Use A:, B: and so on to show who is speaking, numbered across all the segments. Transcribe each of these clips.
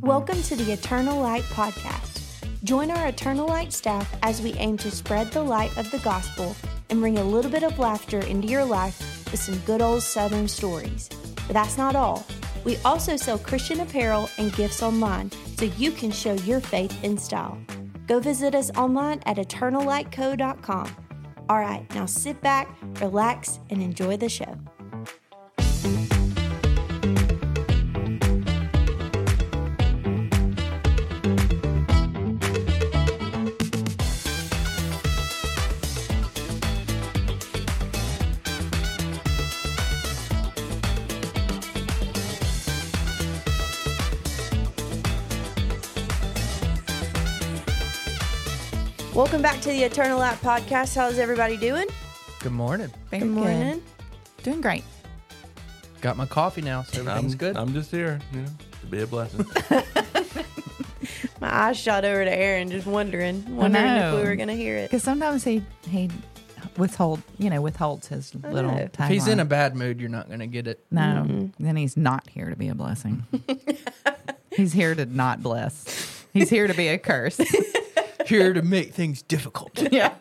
A: Welcome to the Eternal Light Podcast. Join our Eternal Light staff as we aim to spread the light of the gospel and bring a little bit of laughter into your life with some good old Southern stories. But that's not all. We also sell Christian apparel and gifts online so you can show your faith in style. Go visit us online at eternallightco.com. All right, now sit back, relax, and enjoy the show. Welcome back to the Eternal Light Podcast. How's everybody doing?
B: Good morning.
C: Very
A: Good morning.
C: Good. Doing great.
B: Got my coffee now, so everything's
D: I'm,
B: good.
D: I'm just here, you know, to be a blessing.
A: My eyes shot over to Aaron, just wondering, wondering if
C: know.
A: we were gonna hear it.
C: Because sometimes he he withhold you know withholds his little
A: know.
C: tagline.
B: if he's in a bad mood, you're not going to get it.
C: no, then he's not here to be a blessing. he's here to not bless. He's here to be a curse.
B: Here to make things difficult.
C: yeah,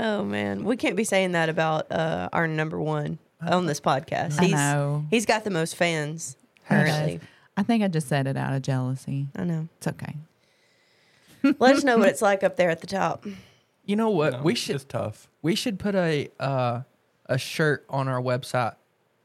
A: Oh man, we can't be saying that about uh, our number one on this podcast.
C: I
A: he's
C: know.
A: he's got the most fans.
C: There it
A: Currently,
C: is. I think I just said it out of jealousy.
A: I know.
C: It's okay.
A: Let us know what it's like up there at the top.
B: You know what?
D: No,
B: we
D: it's
B: should
D: just tough.
B: we should put a uh, a shirt on our website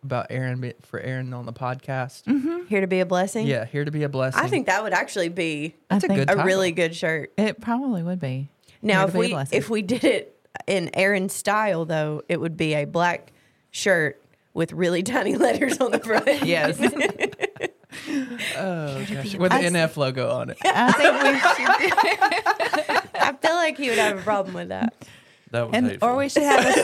B: about Aaron be- for Aaron on the podcast.
C: Mm-hmm.
A: Here to be a blessing.
B: Yeah, here to be a blessing.
A: I think that would actually be
B: That's a
C: I think
B: good
A: a
B: title.
A: really good shirt.
C: It probably would be.
A: Now,
C: Here to
A: if
C: be a
A: we
C: blessing.
A: if we did it in Aaron's style, though, it would be a black shirt with really tiny letters on the front.
C: yes,
B: Oh, gosh. with the
C: I see.
B: NF logo on it.
C: I think we should.
A: I feel like he would have a problem with that.
D: That was
C: And
D: hateful.
C: or we should have
A: Same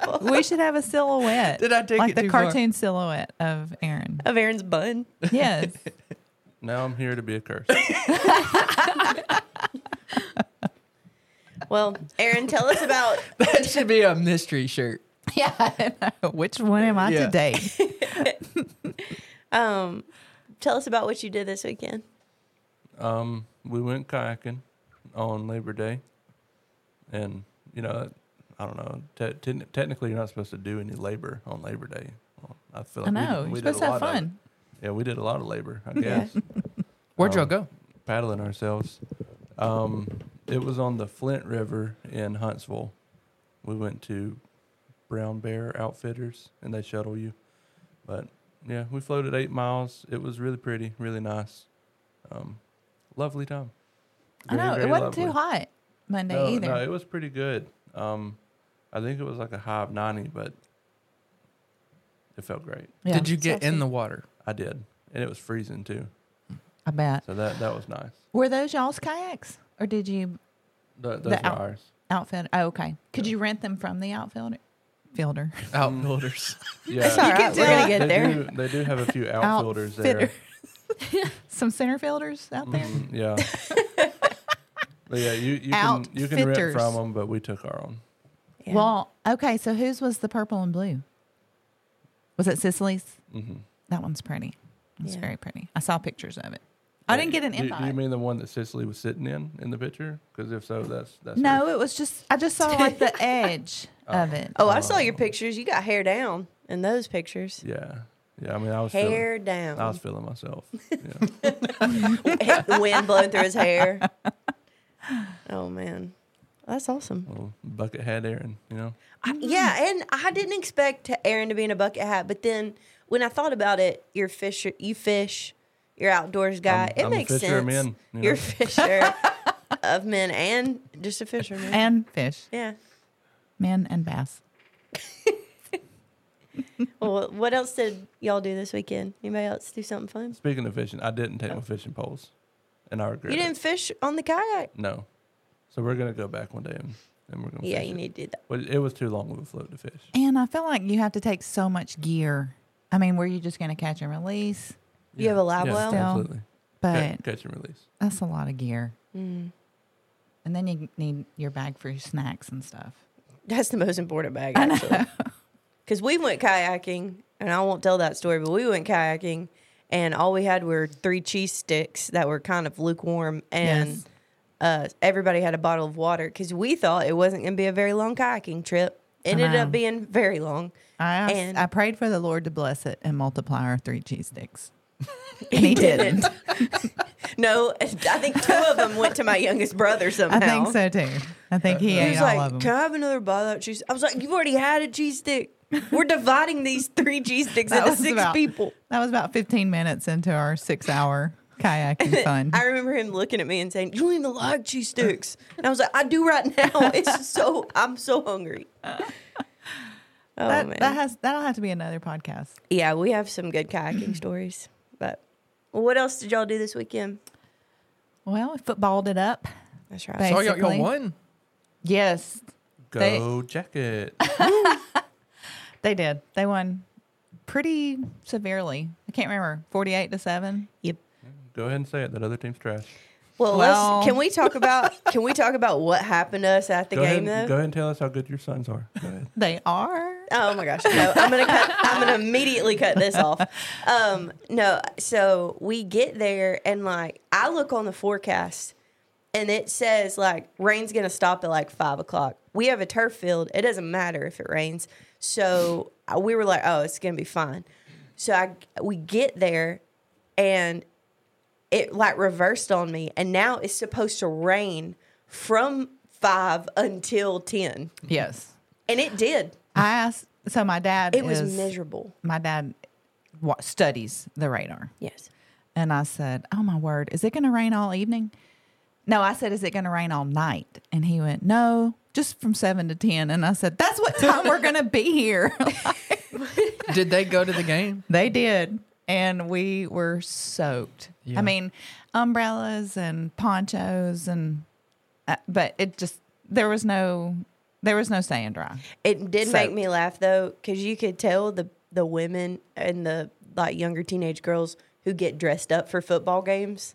C: a, we should have a silhouette.
B: Did I take
C: like
B: it
C: the
B: too far?
C: cartoon silhouette of Aaron?
A: of Aaron's bun.
C: Yes.
D: now I'm here to be a curse.
A: Well, Aaron, tell us about
B: That should be a mystery shirt.
C: Yeah, I know. Which one am I
B: Yeah.
C: today?
A: um, tell us about what you did this weekend.
D: um, we went kayaking on Labor Day, and you know, I don't know. Te- te- technically, you're not supposed to do any labor on Labor Day. Well, I feel
C: I
D: like
C: know.
D: we,
C: You're
D: we did
C: supposed
D: a
C: to have
D: lot of
C: fun.
D: it. yeah, Uh, we did a lot of labor. I
A: Yeah.
D: guess
B: Where'd y'all
D: Um,
B: go?
D: paddling ourselves. Um, it was on the Flint River in Huntsville. We went to Brown Bear Outfitters, and they shuttle you. But yeah, we floated eight miles. It was really pretty, really nice. Um, lovely time.
C: I know. It wasn't too hot Monday
D: No,
C: either.
D: no, it was pretty good. Um, I think it was like a high of ninety, but it felt great.
C: Yeah.
B: Did you get in the water?
D: I did, and it was freezing too.
C: I bet.
D: So that that was nice.
C: Were those y'all's kayaks, or did you
D: Th- those were
C: out-
D: ours.
C: outfit? Oh, okay. Could you rent them from the outfielder? Fielder.
B: Outbuilders.
D: Yeah.
A: It's all right. We're
C: tell.
A: gonna
D: they
A: get there.
D: Do, they do have a few outfielders there.
C: Some center fielders out there.
D: Mm, yeah. but yeah, you, you can you can rent
C: Outfitters.
D: from them, but we took our own.
A: Yeah.
C: Well, okay. So whose was the purple and blue? Was it Sicily's?
D: Mm-hmm.
C: That one's pretty. It's
A: Yeah.
C: very pretty. I saw pictures of it. I didn't get an
D: Do, do
C: invite.
D: you mean the one that Cicely was sitting in in the picture? Because if so, that's that's
C: no,
D: her.
C: it was just I just saw like the edge of it.
A: oh, I saw your pictures. You got hair down in those pictures.
D: Yeah, yeah. I mean, I was feeling,
A: Hair
D: I was
A: down.
D: feeling myself. Yeah.
A: the wind blowing through his hair. Oh man, that's awesome.
D: Little bucket hat, Aaron. You know,
A: I- yeah, and I didn't expect to- Aaron to be in a bucket hat, but then when I thought about it, you're fish. You fish. You're outdoors guy.
D: I'm-
A: it
D: I'm a
A: makes
D: fisher of
A: sense.
D: men, you
A: You're a
D: know?
A: fisher of men and just a fisherman.
C: and fish,
A: yeah.
C: man, and bass.
A: Well, what else did y'all do this weekend? Anybody else do something fun?
D: speaking of fishing, I didn't take my fishing poles, and I regret.
A: Oh. You didn't
D: It.
A: fish on the kayak.
D: No, so we're gonna go back one day and, and we're gonna.
A: Yeah,
D: fish
A: you
D: it.
A: need to do that.
D: Well, it was too long of a float to fish.
C: And I feel like you have to take so much gear. I mean, were you just going to catch and release?
A: You have a live
D: yeah,
A: well?
C: Still.
D: Absolutely. Ca-
C: But
D: catch and release.
C: that's a lot of gear.
A: Mm.
C: And then you need your bag for your snacks and stuff.
A: That's the most important bag, actually. Because we went kayaking, and I won't tell that story, but we went kayaking, and all we had were three cheese sticks that were kind of lukewarm, and
C: Yes.
A: uh, everybody had a bottle of water because we thought it wasn't going to be a very long kayaking trip. Ended
C: know.
A: up being very long.
C: I asked,
A: And-
C: I prayed for the Lord to bless it and multiply our three cheese sticks. And he didn't.
A: No, I think two of them went to my youngest brother somehow.
C: I think so too. I think he
A: Oh, He
C: ate
A: was
C: all
A: like, "Can
C: of them.
A: I have another bottle of cheese?" I was like, "You've already had a cheese stick. We're dividing these three cheese sticks
C: That
A: into
C: was
A: six
C: about-
A: people."
C: That was about 15 minutes into our six hour kayaking fun.
A: I remember him looking at me and saying, "You don't even like cheese sticks," and I was like, "I do right now. It's so I'm so hungry." Oh
C: that,
A: man,
C: that has that'll have to be another podcast.
A: yeah, we have some good kayaking stories. But well, what else did y'all do this weekend?
C: Well, we footballed it up.
A: That's right.
C: Thank-
B: So y'all, y'all
C: Basically.
B: won.
C: Yes, They-
D: Go jacket.
C: they did. They won pretty severely. I can't remember. 48 to 7.
A: Yep.
D: Go ahead and say it. That other team's trash.
A: Well,
C: Well-
A: let's, can we talk about can we talk about what happened to us at the
D: go
A: game
D: ahead,
A: though?
D: Go ahead and tell us how good your sons are. Go ahead.
C: They are.
A: Oh my gosh! No, I'm gonna cut, I'm gonna immediately cut this off. Um, no, so we get there and like I look on the forecast, and it says like rain's gonna stop at like five o'clock. We have a turf field. It doesn't matter if it rains. So I- we were like, oh, it's gonna be fine. So I we get there, and it like reversed on me, and now it's supposed to rain from five until ten,
C: Yes.
A: and it did.
C: I asked. So my dad
A: It was
C: is-
A: miserable.
C: My dad wa- studies the radar.
A: Yes.
C: And I said, Oh my word, is it going to rain all evening? No, I said, Is it going to rain all night? And he went, No, just from seven to 10. And I said, That's what time we're going to be here.
B: Did they go to the game?
C: they did. And we were soaked.
B: Yeah.
C: I mean, umbrellas and ponchos, and, uh, but it just, there was no, there was no staying dry.
A: It did make
C: So-
A: me laugh though, because you could tell the the women and the like younger teenage girls who get dressed up for football games,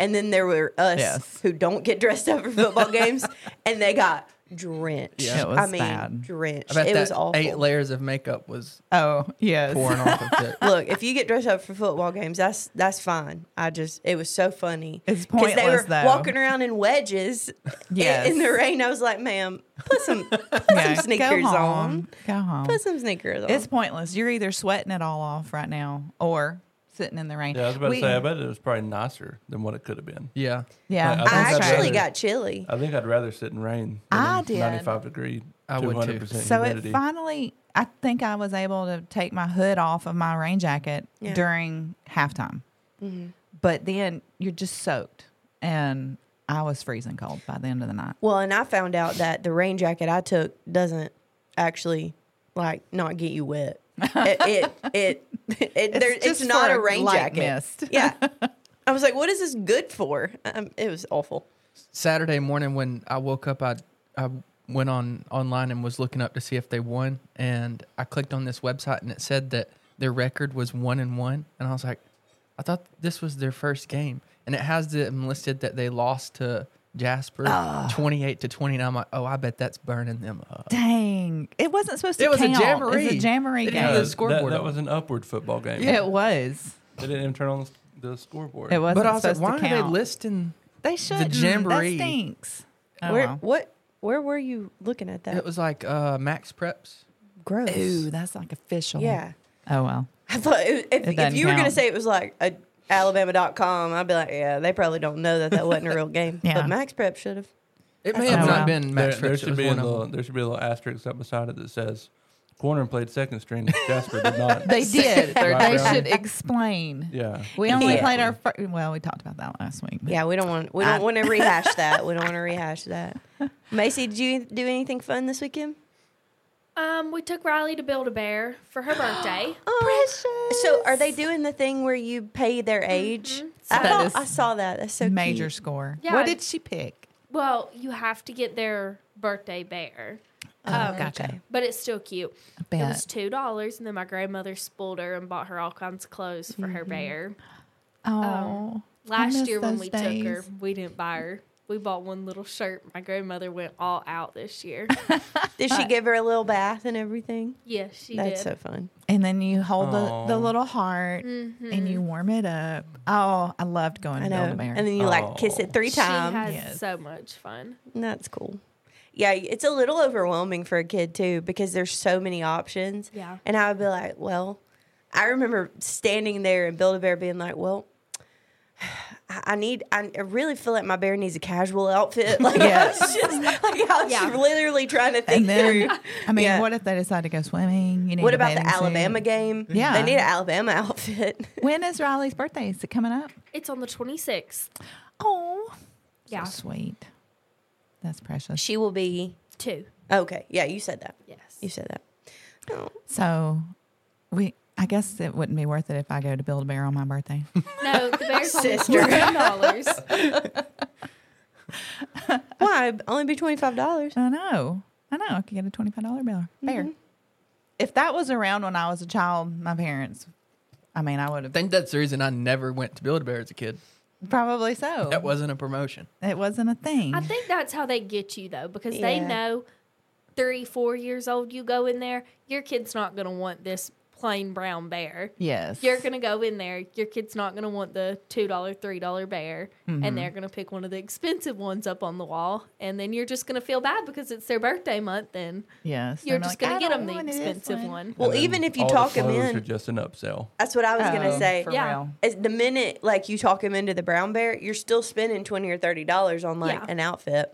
A: and then there were us
C: Yes.
A: who don't get dressed up for football games, and they got drenched.
C: Yeah. It
A: I
C: was
A: mean,
C: bad.
B: I
A: drenched.
B: bet
A: It
B: that
A: was awful.
B: eight layers of makeup was
C: Oh, yes.
B: pouring off of it.
A: Look, if you get dressed up for football games, that's that's fine. I just it was so funny.
C: It's
A: 'Cause They were
C: pointless, though.
A: walking around in wedges. i-
C: Yes.
A: In the rain, I was like, "Ma'am, put some put
C: Yeah,
A: some sneakers
C: go home.
A: on.
C: Go home.
A: Put some sneakers on."
C: It's pointless. You're either sweating it all off right now or sitting in the rain.
D: Yeah, I was about
C: We-
D: to say. I bet it was probably nicer than what it could have been.
B: Yeah.
C: Yeah,
D: I- I
A: I
D: think I'd
C: that's
A: actually
D: rather-
C: right.
A: got chilly.
D: I think I'd rather sit in rain. Than
C: I
D: in
C: did.
D: 95 degree,
B: I would too.
D: 200%
C: So
D: humidity.
C: it finally, I think I was able to take my hood off of my rain jacket
A: Yeah.
C: during halftime.
A: Mm-hmm.
C: But then you're just soaked, and I was freezing cold by the end of the night.
A: Well, and I found out that the rain jacket I took doesn't actually like not get you wet. It it it, it it's, there, it's
C: just
A: not
C: for
A: a
C: a
A: rain
C: light
A: jacket.
C: mist.
A: Yeah. I was like, what is this good for? Um, it was awful.
B: Saturday morning when I woke up, I I went on online and was looking up to see if they won, and I clicked on this website and it said that their record was one and one, and I was like, I thought this was their first game, and it has them listed that they lost to Jasper twenty eight to twenty nine. I'm like, oh, I bet that's burning them up.
C: Dang, it wasn't supposed to.
B: It was a
C: count. It
B: jamboree.
C: was a jamboree
B: They
C: game.
B: didn't have
D: Uh,
B: the scoreboard
D: That, that
B: up.
D: was an upward football game.
C: It was.
D: They didn't even turn on the scoreboard.
C: It wasn't
B: But I was like,
C: supposed
B: why are
C: to
B: they
C: count.
B: listing?
C: They should. Mm,
B: jamboree.
C: That stinks. Oh,
A: where
C: well.
A: what where were you looking at that?
B: It was like uh, Max Preps.
A: gross.
C: Ooh, that's like official.
A: Yeah.
C: Oh well.
A: I thought it, if,
C: It
A: if
C: doesn't
A: you were going to
C: count.
A: say it was like a Alabama.com, I'd be like, yeah, they probably don't know that that wasn't a real game.
C: Yeah.
A: But Max Prep should have.
B: It may
C: That's
B: have
C: not
B: not
C: wow.
B: been
D: There,
B: Max
D: there
B: Preps. it
D: should
B: was
D: be a
B: one of
D: little.
B: them.
D: There should be a little asterisk up beside it that says, "Corner played second string. Jasper did not."
C: They did.
D: Right,
C: they
D: Brown?
C: should explain.
D: yeah.
C: We only
A: Yeah.
C: played our first. Well, we talked about that last week. but
A: Yeah, we don't want we don't
C: I-
A: want to rehash that. We don't want to rehash that. Macy, did you do anything fun this weekend?
E: Um, we took Riley to Build a Bear for her birthday.
A: Oh, precious. So, are they doing the thing where you pay their age? I,
C: that
A: thought-
C: is
A: I saw Mm-hmm. that. That's so
C: Major
A: Cute.
C: score.
E: Yeah.
C: What did she pick?
E: well, you have to get their birthday bear,
A: oh,
E: Um,
C: gotcha.
E: but it's still cute. It was
C: Bet.
E: two dollars, and then my grandmother spoiled her and bought her all kinds of
A: Mm-hmm.
E: clothes for her bear.
C: Oh, I
E: Last
C: miss
E: year when
C: those
E: we took her,
C: days.
E: we didn't buy her We bought one little shirt. My grandmother went all out this year.
A: Did she give her a little bath and everything?
E: yes, she
A: That's
E: did.
A: so fun.
C: And then you hold the, the
D: Aw.
C: little heart
E: Mm-hmm.
C: and you warm it up. Oh, I loved going
A: I
C: to
A: know.
C: Build a Bear.
A: And then you like kiss it three
E: she
A: times.
E: had
C: Yes.
E: so much fun.
A: That's cool. Yeah, it's a little overwhelming for a kid too because there's so many options.
E: Yeah.
A: And I would be like, well, I remember standing there and Build a Bear being like, well, I I need. I I really feel like my bear needs a casual outfit. Like
C: Yes.
A: I was just, like I was
E: Yeah.
A: literally trying to think
C: And then,
A: through.
C: I mean,
A: Yeah.
C: what if they decide to go swimming? You need
A: What
C: a
A: about the
C: bathing suit.
A: Alabama game?
C: Yeah.
A: they need an Alabama outfit.
C: When is Riley's birthday? Is it coming up?
E: It's on the 26th.
C: Oh,
E: Yeah.
C: so sweet. That's precious.
A: She will be
E: Two.
A: okay. Yeah, you said that.
E: Yes.
A: You said that. Oh,
C: So, we I guess it wouldn't be worth it if I go to Build a Bear on my birthday.
E: No, the bear's only
A: Sister.
E: $10.
A: why? It'd Only be twenty five dollars.
C: I know. I know. I could get a twenty five dollar bill. Bear. If that was around when I was a child, my parents, I mean, I would
B: I
C: have
B: think that's the reason I never went to Build a Bear as a kid.
C: probably so.
B: That wasn't a promotion.
C: it wasn't a thing.
E: I think that's how they get you though, because they
A: Yeah.
E: know three, four years old, you go in there, your kid's not gonna want this plain brown bear.
C: yes.
E: You're gonna go in there, your kid's not gonna want the two dollar, three dollar bear,
A: Mm-hmm.
E: and they're gonna pick one of the expensive ones up on the wall, and then you're just gonna feel bad because it's their birthday month, and
C: yes.
E: you're
C: They're
E: just
C: like,
E: gonna
C: "I
E: get
C: don't
E: them the
C: want this
E: expensive one.
A: Well,
D: And then
A: even if you
D: all the
A: talk 'em
D: clothes
A: in-
D: are just an upsell.
A: That's what I was gonna
C: Oh,
A: say.
C: for
E: Yeah.
C: real.
A: As the minute like you talk him into the brown bear, you're still spending twenty or thirty dollars on like
E: Yeah.
A: an outfit.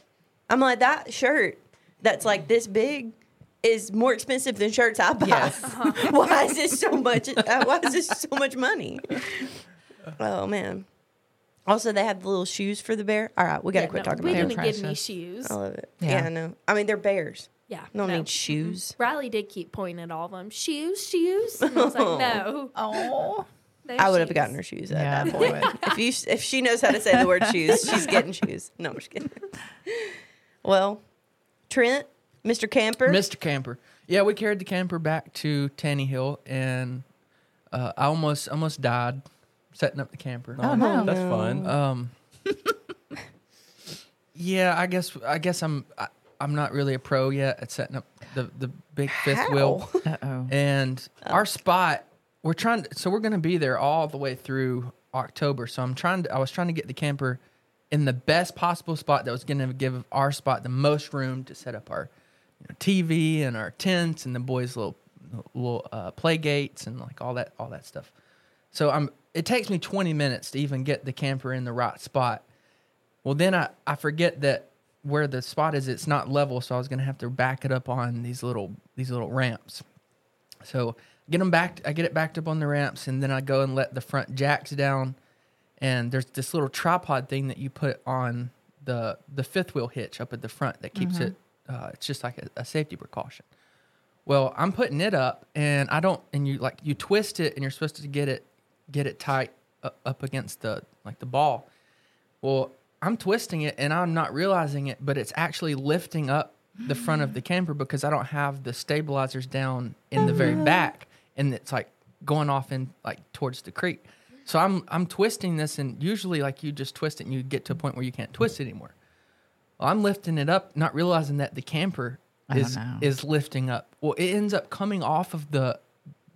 A: I'm like that shirt that's like this big is more expensive than shirts I buy.
C: Yes.
A: why is this so much? uh, why is this so much money? Oh man. Also, they have the little shoes for the bear. All right, we gotta
E: Yeah,
A: quit
E: no,
A: talking
E: we
A: about
C: They're
A: it.
E: didn't get any
C: precious.
E: shoes.
A: I love it.
C: Yeah.
A: Yeah. I know. I mean, they're bears.
E: Yeah,
A: No,
E: no.
A: need shoes.
E: Riley did keep pointing at all of them. Shoes, shoes. And I was like, no,
C: Oh.
E: no
A: I would have
E: shoes."
A: gotten her shoes at
C: Yeah,
A: that
C: I
A: point.
C: would.
A: if you if she knows how to say the word shoes, she's getting shoes. No, I'm just kidding. Well, Trent, Mr. Camper,
B: Mr. Camper. Yeah, we carried the camper back to Tanny Hill, and uh, I almost almost died setting up the camper.
C: Oh, no. Uh,
D: That's fun.
B: Um. yeah, I guess I guess I'm I, I'm not really a pro yet at setting up the the big fifth wheel,
A: How?
C: Uh oh.
B: and our spot we're trying to, so we're going to be there all the way through October. So I'm trying to I was trying to get the camper in the best possible spot that was going to give our spot the most room to set up our you know, TV and our tents and the boys' little little uh, play gates and like all that all that stuff. So I'm it takes me 20 minutes to even get the camper in the right spot. Well, then I, I forget that where the spot is, it's not level, so I was gonna have to back it up on these little these little ramps. So get them back. I get it backed up on the ramps, and then I go and let the front jacks down. And there's this little tripod thing that you put on the the fifth wheel hitch up at the front that keeps it. Uh, it's just like a, a safety precaution. Well, I'm putting it up, and I don't. And you like you twist it, and you're supposed to get it get it tight u- up against the like the ball. Well, I'm twisting it and I'm not realizing it, but it's actually lifting up the front of the camper because I don't have the stabilizers down in the very back and it's like going off in like towards the creek. So I'm I'm twisting this and usually like you just twist it and you get to a point where you can't twist it anymore. Well, I'm lifting it up, not realizing that the camper
C: I
B: is
C: know.
B: is lifting up. Well, it ends up coming off of the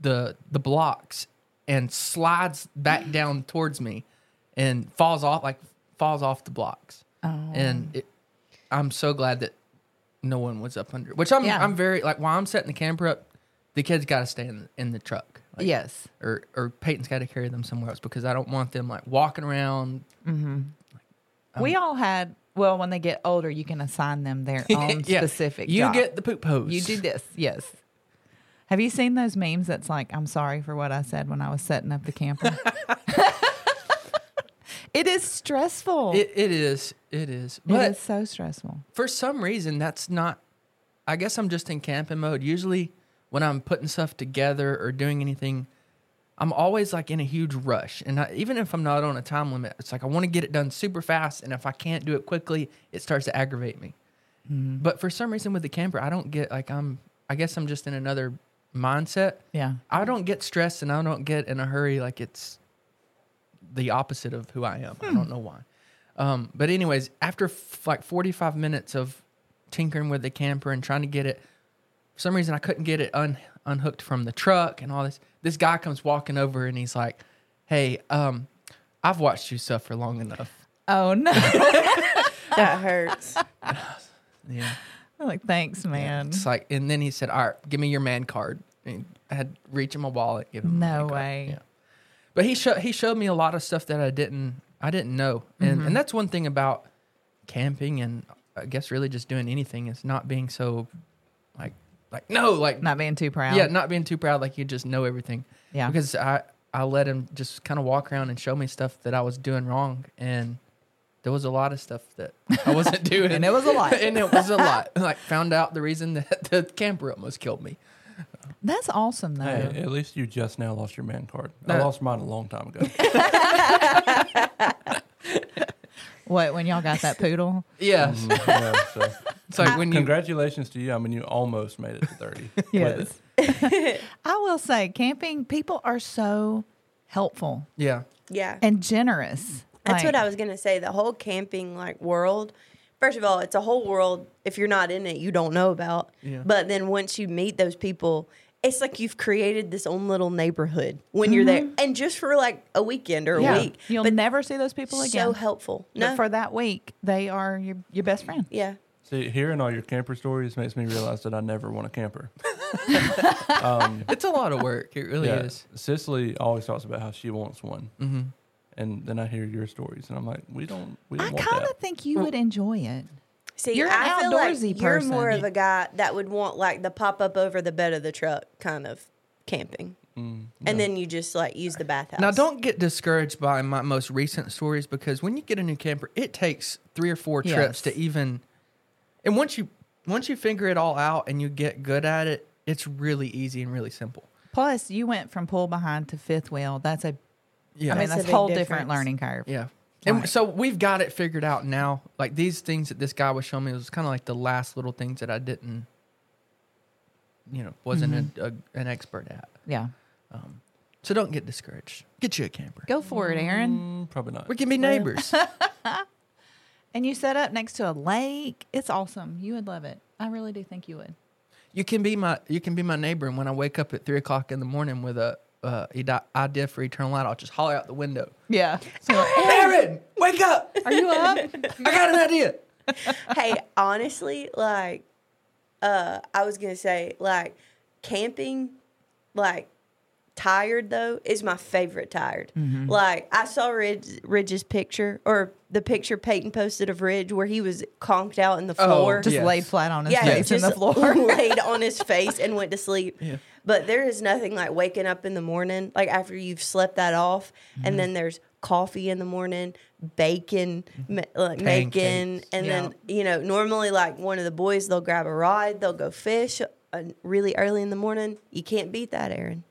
B: the the blocks and slides back down towards me and falls off like falls off the blocks.
C: Oh.
B: And it, I'm so glad that no one was up under. Which I'm
C: Yeah.
B: I'm very like while I'm setting the camper up, the kids got to stay in in the truck. Like,
C: Yes.
B: Or or Peyton's got to carry them somewhere else because I don't want them like walking around.
C: Mm-hmm. we all had, well, when they get older, you can assign them their own specific
B: You
C: job.
B: get the poop hose.
C: You do this, yes. Have you seen those memes that's like, I'm sorry for what I said when I was setting up the camper? it is stressful.
B: It, it is. It is.
C: it
B: But
C: is so stressful.
B: for some reason, that's not. I guess I'm just in camping mode. Usually, when I'm putting stuff together or doing anything, I'm always like in a huge rush. And I, even if I'm not on a time limit, it's like I want to get it done super fast. And if I can't do it quickly, it starts to aggravate me.
C: Mm-hmm.
B: But for some reason, with the camper, I don't get like I'm. I guess I'm just in another mindset.
C: Yeah.
B: I don't get stressed and I don't get in a hurry. Like it's the opposite of who I am. I don't know why. Um, but anyways, after f- like 45 minutes of tinkering with the camper and trying to get it, for some reason I couldn't get it un- unhooked from the truck and all this. This guy comes walking over and he's like, "Hey, um, I've watched you suffer long enough."
C: Oh no!
A: That hurts.
B: Yeah.
C: I'm like thanks, man.
B: It's like, and then he said, "All right, give me your man card." And I had to reach in my wallet, give him. my
C: No
B: man card.
C: way.
B: Yeah. But he showed he showed me a lot of stuff that I didn't I didn't know, and
C: Mm-hmm.
B: and that's one thing about camping and I guess really just doing anything is not being so, like like no like
C: Not being too proud.
B: yeah not being too proud like you just know everything
C: Yeah.
B: because I I let him just kind of walk around and show me stuff that I was doing wrong and. There was a lot of stuff that I wasn't doing,
C: and it was a lot.
B: and it was a lot. Like found out the reason that the camper almost killed me.
C: That's awesome though.
D: Hey, at least you just now lost your man card. I
B: That-
D: lost mine a long time ago. Mm-hmm.
C: What when y'all got that poodle?
B: Yeah,
D: Mm, yeah, so.
B: it's
C: Mm.
B: like when you
D: Congratulations to you. I mean, you almost made it to 30. with it.
C: Yes. I will say camping people are so helpful
B: yeah
A: Yeah.
C: and generous.
A: That's what
C: Like,
A: I was gonna say. The whole camping like world. First of all, it's a whole world. If you're not in it, you don't know about.
B: Yeah.
A: But then once you meet those people, it's like you've created this own little neighborhood when you're there, and just for like a weekend or
C: Mm-hmm. yeah,
A: a week.
C: You'll
A: but
C: never see those people again.
A: so helpful.
C: But
A: No,
C: for that week, they are your, your best friend.
A: yeah,
D: See, hearing all your camper stories makes me realize that I never want a camper.
C: Oh,
B: it's a lot of work it really is
D: Cicely always talks about how she wants one.
C: Mm-hmm.
D: And then I hear your stories, and I'm like, we don't, we
C: I
D: don't want
C: kind
D: that.
C: of think you would enjoy it.
A: See,
C: You're an
A: I feel like
C: outdoorsy
A: you're more
C: person.
A: of a guy that would want like the pop up over the bed of the truck kind of camping, and then you just like use the bathhouse.
B: Mm, now don't get discouraged by my most recent stories because when you get a new camper it takes three or four trips
C: Yes.
B: to even and once you once you figure it all out and you get good at it it's really easy and really simple
C: Plus, you went from pull behind to fifth wheel. That's a
B: yeah
C: I mean,
A: That's a
C: that's a
A: big
C: whole
A: difference.
C: different learning curve.
B: Yeah. And
C: Right.
B: so we've got it figured out now. Like these things that this guy was showing me was kind of like the last little things that I didn't, you know, wasn't
C: Mm-hmm.
B: a, a, an expert at.
C: Yeah.
B: So don't get discouraged. Get you a camper.
C: Go for it, Aaron.
D: Mm, probably not.
B: We can be neighbors.
C: And you set up next to a lake. It's awesome. You would love it. I really do think you would.
B: you can be my you can be my neighbor. And when I wake up at three o'clock in the morning with a uh, ide- idea for eternal light, I'll just holler out the window.
C: Yeah. So,
B: Aaron, wake up!
C: are you up?
B: I got an idea.
A: hey, honestly, like, uh, I was gonna say, like, camping, like, tired though is my favorite tired.
B: Mm-hmm.
A: Like, I saw Ridge, Ridge's picture or the picture Peyton posted of Ridge where he was conked out in the
B: Oh,
A: floor,
C: Just
B: Yes.
C: laid flat on his
A: yeah,
C: face
A: he
C: on
A: just
C: the floor.
A: laid on his face and went to sleep. But there is nothing like waking up in the morning, like after you've slept that off, and then there's coffee in the morning, bacon, ma- like bacon,
B: Pancakes.
A: and
C: Yeah.
A: then you know normally like one of the boys they'll grab a ride, they'll go fish uh, really early in the morning. You can't beat that, Aaron.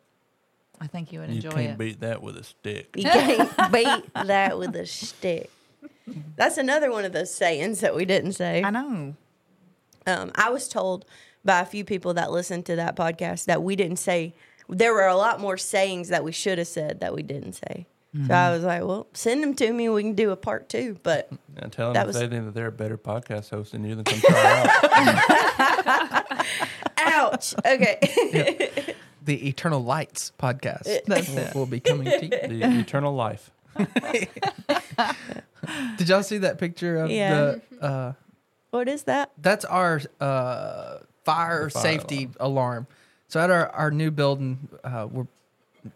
C: I think you would
D: You
C: enjoy
D: can't
C: it.
D: beat that with a stick.
A: You can't beat that with a stick. That's another one of those sayings that we didn't say.
C: I know.
A: um, I was told by a few people that listened to that podcast that we didn't say there were a lot more sayings that we should have said that we didn't say. So
B: Mm-hmm.
A: I was like, well, send them to me. We can do a part two. But
D: And telling
A: That
D: them
A: was-
D: they think that they're a better podcast host than you, then come try it
A: ouch.
D: out.
A: Okay.
B: The Eternal Lights podcast
C: That's
B: will,
C: it.
B: will be coming to you.
D: The eternal life.
B: Did y'all see that picture of
A: Yeah.
C: Mm-hmm.
B: the? Uh,
A: what is that?
B: that's our uh, fire,
D: The fire
B: safety alarm. So at our, our new building, uh, we're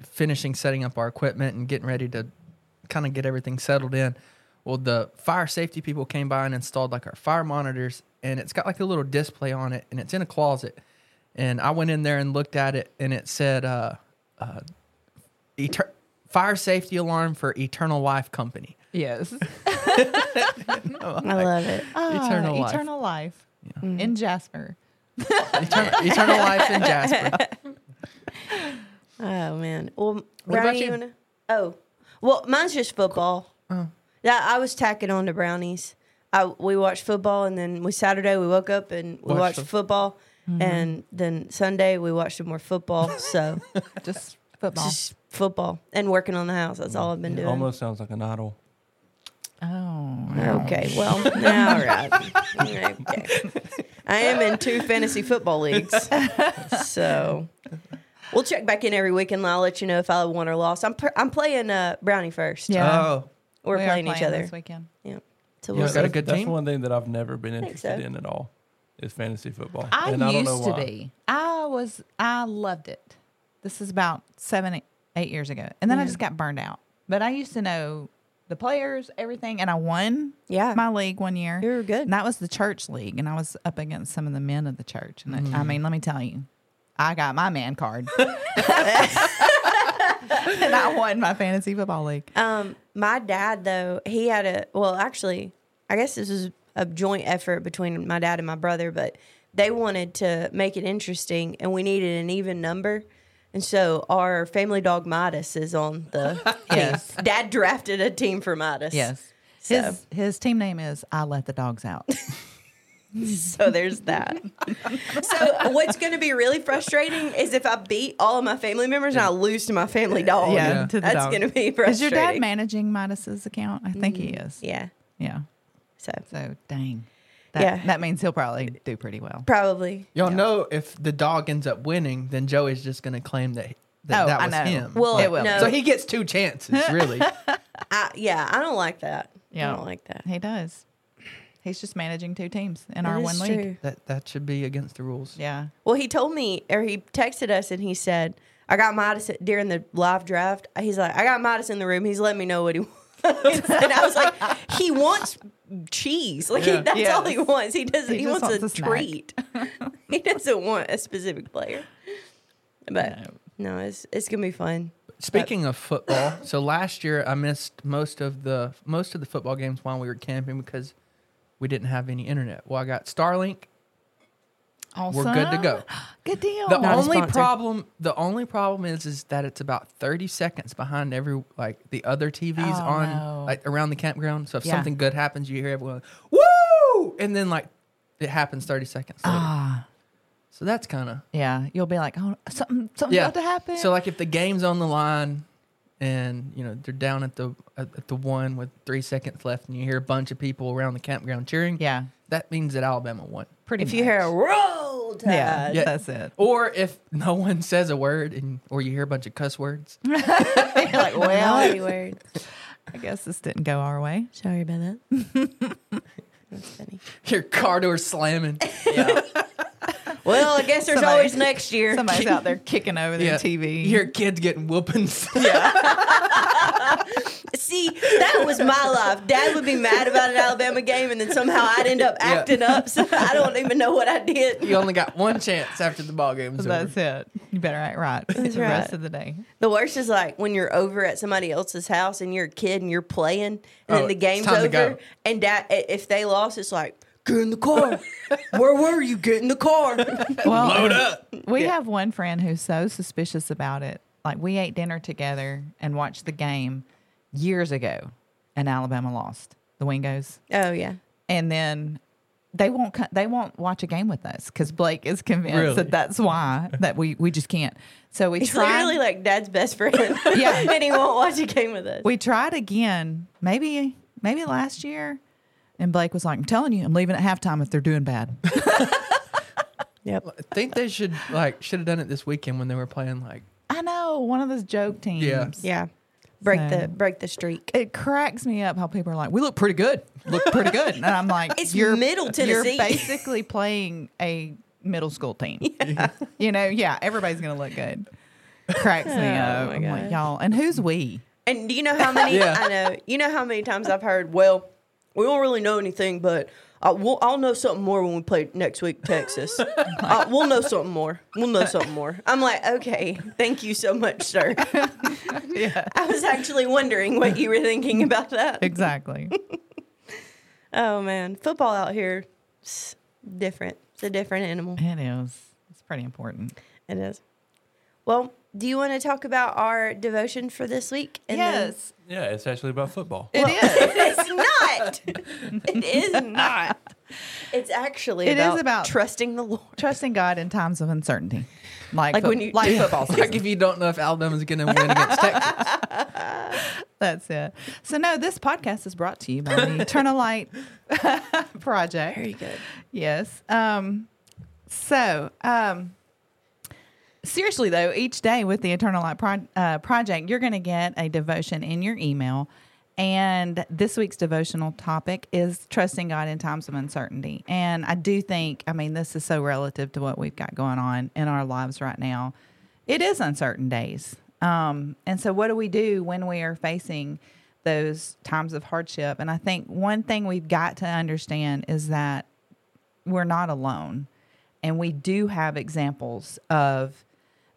B: finishing setting up our equipment and getting ready to kind of get everything settled in. Well, the fire safety people came by and installed like our fire monitors, and it's got like a little display on it, and it's in a closet. And I went in there and looked at it, and it said uh, uh, eter- "Fire safety alarm for Eternal Life Company."
C: Yes.
A: I love it.
B: Eternal life.
C: Ah, Eternal life. In Jasper.
B: Eternal, Eternal Life in Jasper.
A: Oh, man. Well,
B: What about
A: Brownie,
B: you?
A: you wanna- oh, well, mine's just football.
B: Oh.
A: Yeah, I was tacking on to brownies. I, we watched football, and then we Saturday we woke up and we
B: Watched Mm-hmm.
A: watched
B: the-
A: football,
C: Mm-hmm.
A: and then Sunday we watched some more football. So
C: Just football.
A: Just football and working on the house. That's all I've been
D: It
A: doing.
D: almost sounds like an idol.
C: Oh.
A: Okay, well, all right. Okay. I am in two fantasy football leagues. So we'll check back in every week and I'll let you know if I won or lost. I'm, per- I'm playing uh, Brownie first.
C: Yeah.
B: Oh,
A: We're
C: We are
A: playing each other.
C: this weekend.
A: Yeah. So
B: Yeah,
A: we'll
B: I got a
A: see.
D: that's-
B: good
D: that's
B: team?
D: one thing that I've never been
A: think
D: interested
A: so.
D: in at all is fantasy football.
C: I
D: and
C: used
D: I don't know
C: to
D: why.
C: be. I was. I loved it. This is about seven, eight, eight years ago, and then I just got burned out. But I used to know the players, everything, and I won.
A: Yeah.
C: my league one year.
A: You were good.
C: And that was the church league, and I was up against some of the men of the church. And I, I mean, let me tell you, I got my man card, and I won my fantasy football league.
A: Um, my dad though, he had a well, actually, I guess this was a joint effort between my dad and my brother, but they wanted to make it interesting, and we needed an even number. And so our family dog Midas is on the
C: Yes.
A: team. Dad drafted a team for Midas.
C: Yes.
A: So-
C: His his team name is I let the dogs out.
A: So there's that. so what's going to be really frustrating is if I beat all of my family members and I lose to my family dog.
C: Yeah, to the
A: that's
C: dog.
A: going to be frustrating.
C: Is your dad managing Midas's account? I think he is.
A: Yeah.
C: Yeah.
A: So
C: So dang. That,
A: Yeah.
C: that means he'll probably do pretty well.
A: probably.
B: y'all know if the dog ends up winning, then Joey's just gonna claim that that,
C: Oh,
B: that
C: I
B: was
C: know.
B: him.
A: Well,
C: It will.
A: no.
B: So he gets two chances, really.
A: I, yeah, I don't like that.
C: Yeah.
A: I don't like that.
C: He does. He's just managing two teams in our
A: That
C: one
A: is
C: league.
A: true.
B: that that should be against the rules.
C: Yeah.
A: Well, he told me, or he texted us, and he said, "I got Midas during the live draft." He's like, "I got Midas in the room. He's letting me know what he wants." and I was like, "He wants cheese. Like
B: Yeah.
A: he, that's all he
C: Yes.
A: wants. He doesn't.
C: He
A: He,
C: just
A: wants,
C: wants a
A: a
C: snack.
A: treat. he doesn't want a specific player." But no, it's it's gonna be fun.
B: Speaking of football, so last year I missed most of the most of the football games while we were camping because we didn't have any internet. Well, I got Starlink.
C: Awesome.
B: good to go.
C: Good deal.
B: The
A: a
B: only
A: sponsor.
B: problem, the only problem is, is that it's about thirty seconds behind every like the other TVs
C: Oh,
B: on
C: no.
B: like around the campground. So if
C: Yeah.
B: something good happens, you hear everyone woo, and then like it happens thirty seconds later.
C: Ah.
B: So that's kind of
C: Yeah. You'll be like, oh something something's
B: yeah.
C: about to happen.
B: So like if the game's on the line, and you know they're down at the at at the one with three seconds left, and you hear a bunch of people around the campground cheering,
C: yeah.
B: that means that Alabama won.
C: Pretty
A: If
C: much.
A: you hear a roll tide,
C: yeah,
B: Yeah.
C: uh, that's it.
B: Or if no one says a word, and or you hear a bunch of cuss words,
C: Mm. You're like, well,
A: naughty word.
C: I guess this didn't go our way.
A: Sorry about that. that's funny.
B: your car door slamming.
A: Well, I guess there's
C: Somebody-
A: always next year.
C: Somebody's out there kicking over their
B: Yeah.
C: TV.
B: Your kids getting whoopings.
A: See, that was my life. Dad would be mad about an Alabama game, and then somehow I'd end up acting up. So I don't even know what I did.
B: you only got one chance after the ball game's over.
C: That's it. You better act right for the rest
A: right.
C: of the day.
A: The worst is like when you're over at somebody else's house and you're a kid and you're playing, and
B: Oh,
A: then the
B: it's
A: game's
B: time to go.
A: over. And dad, i- if they lost, it's like, get in the car. Where were you? Get in the car.
C: Well, load up. We have one friend who's so suspicious about it. Like we ate dinner together and watched the game years ago, and Alabama lost the Wingos,
A: Oh yeah.
C: and then they won't co- they won't watch a game with us because Blake is convinced
B: Really?
C: that that's why that we we just can't. So we
A: He's
C: tried.
A: literally like dad's best friend.
C: Yeah.
A: and he won't watch a game with us.
C: we tried again, maybe maybe last year, and Blake was like, "I'm telling you, I'm leaving at halftime if they're doing bad."
A: yep.
B: I think they should like should have done it this weekend when they were playing like
C: I know one of those joke teams.
B: Yeah.
A: Yeah. Break
C: So-
A: the break the streak.
C: it cracks me up how people are like, "We look pretty good, look pretty good," and I'm like,
A: It's
C: "You're
A: Middle Tennessee."
C: You're basically playing a middle school team. you know, yeah, everybody's gonna look good. Cracks
A: Oh
C: me up. I'm like, y'all, and who's we?
A: And do you know how many?
B: Yeah.
A: I know. You know how many times I've heard, well, we don't really know anything, but uh, we'll, I'll know something more when we play next week, Texas. uh, we'll know something more. We'll know something more. I'm like, okay, thank you so much, sir.
C: Yeah,
A: I was actually wondering what you were thinking about that.
C: exactly.
A: Oh, man. Football out here, it's different. It's a different animal.
C: it is. It's pretty important.
A: It is. Well, do you want to talk about our devotion for this week? then-
D: Yeah, it's actually about football.
C: it is.
A: it's not. not. It is not. It's actually
C: It is
A: about
C: about-
A: trusting the Lord.
C: Trusting God in times of uncertainty, like
A: Like
C: fo-
A: when you-
C: like
A: Yeah.
C: football season.
B: Like if you don't know if Alabama's going to win against Texas,
C: That's it. So no, this podcast is brought to you by the Eternal Light Project.
A: Very good.
C: Yes. Um, so, um, seriously though, each day with the Eternal Light Pro- uh, Project, you're going to get a devotion in your email. And this week's devotional topic is trusting God in times of uncertainty. And I do think, I mean, this is so relative to what we've got going on in our lives right now. It is uncertain days. Um, and so, what do we do when we are facing those times of hardship? And I think one thing we've got to understand is that we're not alone. And we do have examples of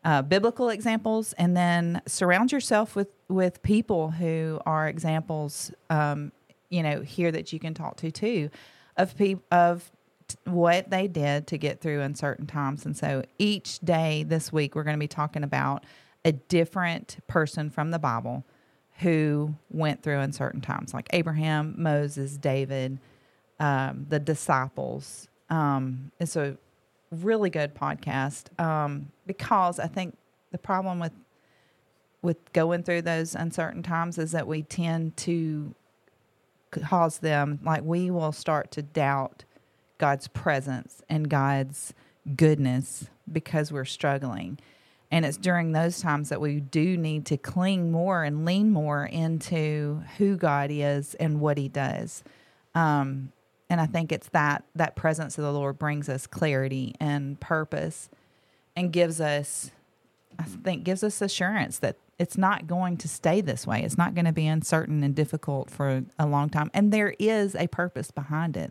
C: uh, biblical examples, and then surround yourself with, with people who are examples, um, you know, here that you can talk to too, of people of t- what they did to get through uncertain times. And so each day this week, we're going to be talking about a different person from the Bible who went through uncertain times, like Abraham, Moses, David, um, the disciples. Um, it's a really good podcast um, because I think the problem with with going through those uncertain times is that we tend to cause them like we will start to doubt God's presence and God's goodness because we're struggling. And it's during those times that we do need to cling more and lean more into who God is and what he does. Um, and I think it's that that presence of the Lord brings us clarity and purpose and gives us I think gives us assurance that it's not going to stay this way. It's not going to be uncertain and difficult for a long time. And there is a purpose behind it.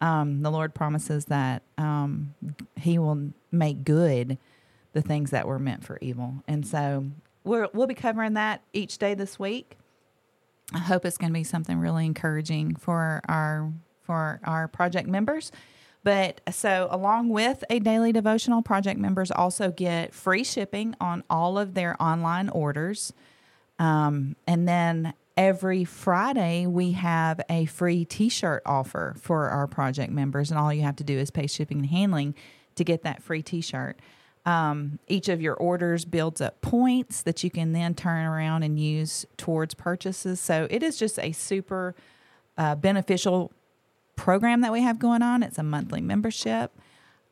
C: Um, the Lord promises that um, He will make good the things that were meant for evil. And so we're, we'll be covering that each day this week. I hope it's going to be something really encouraging for our for our project members. But so along with a daily devotional, project members also get free shipping on all of their online orders. Um, and then every Friday we have a free T-shirt offer for our project members, and all you have to do is pay shipping and handling to get that free T-shirt. Um, each of your orders builds up points that you can then turn around and use towards purchases. So it is just a super uh, beneficial program that we have going on. It's a monthly membership.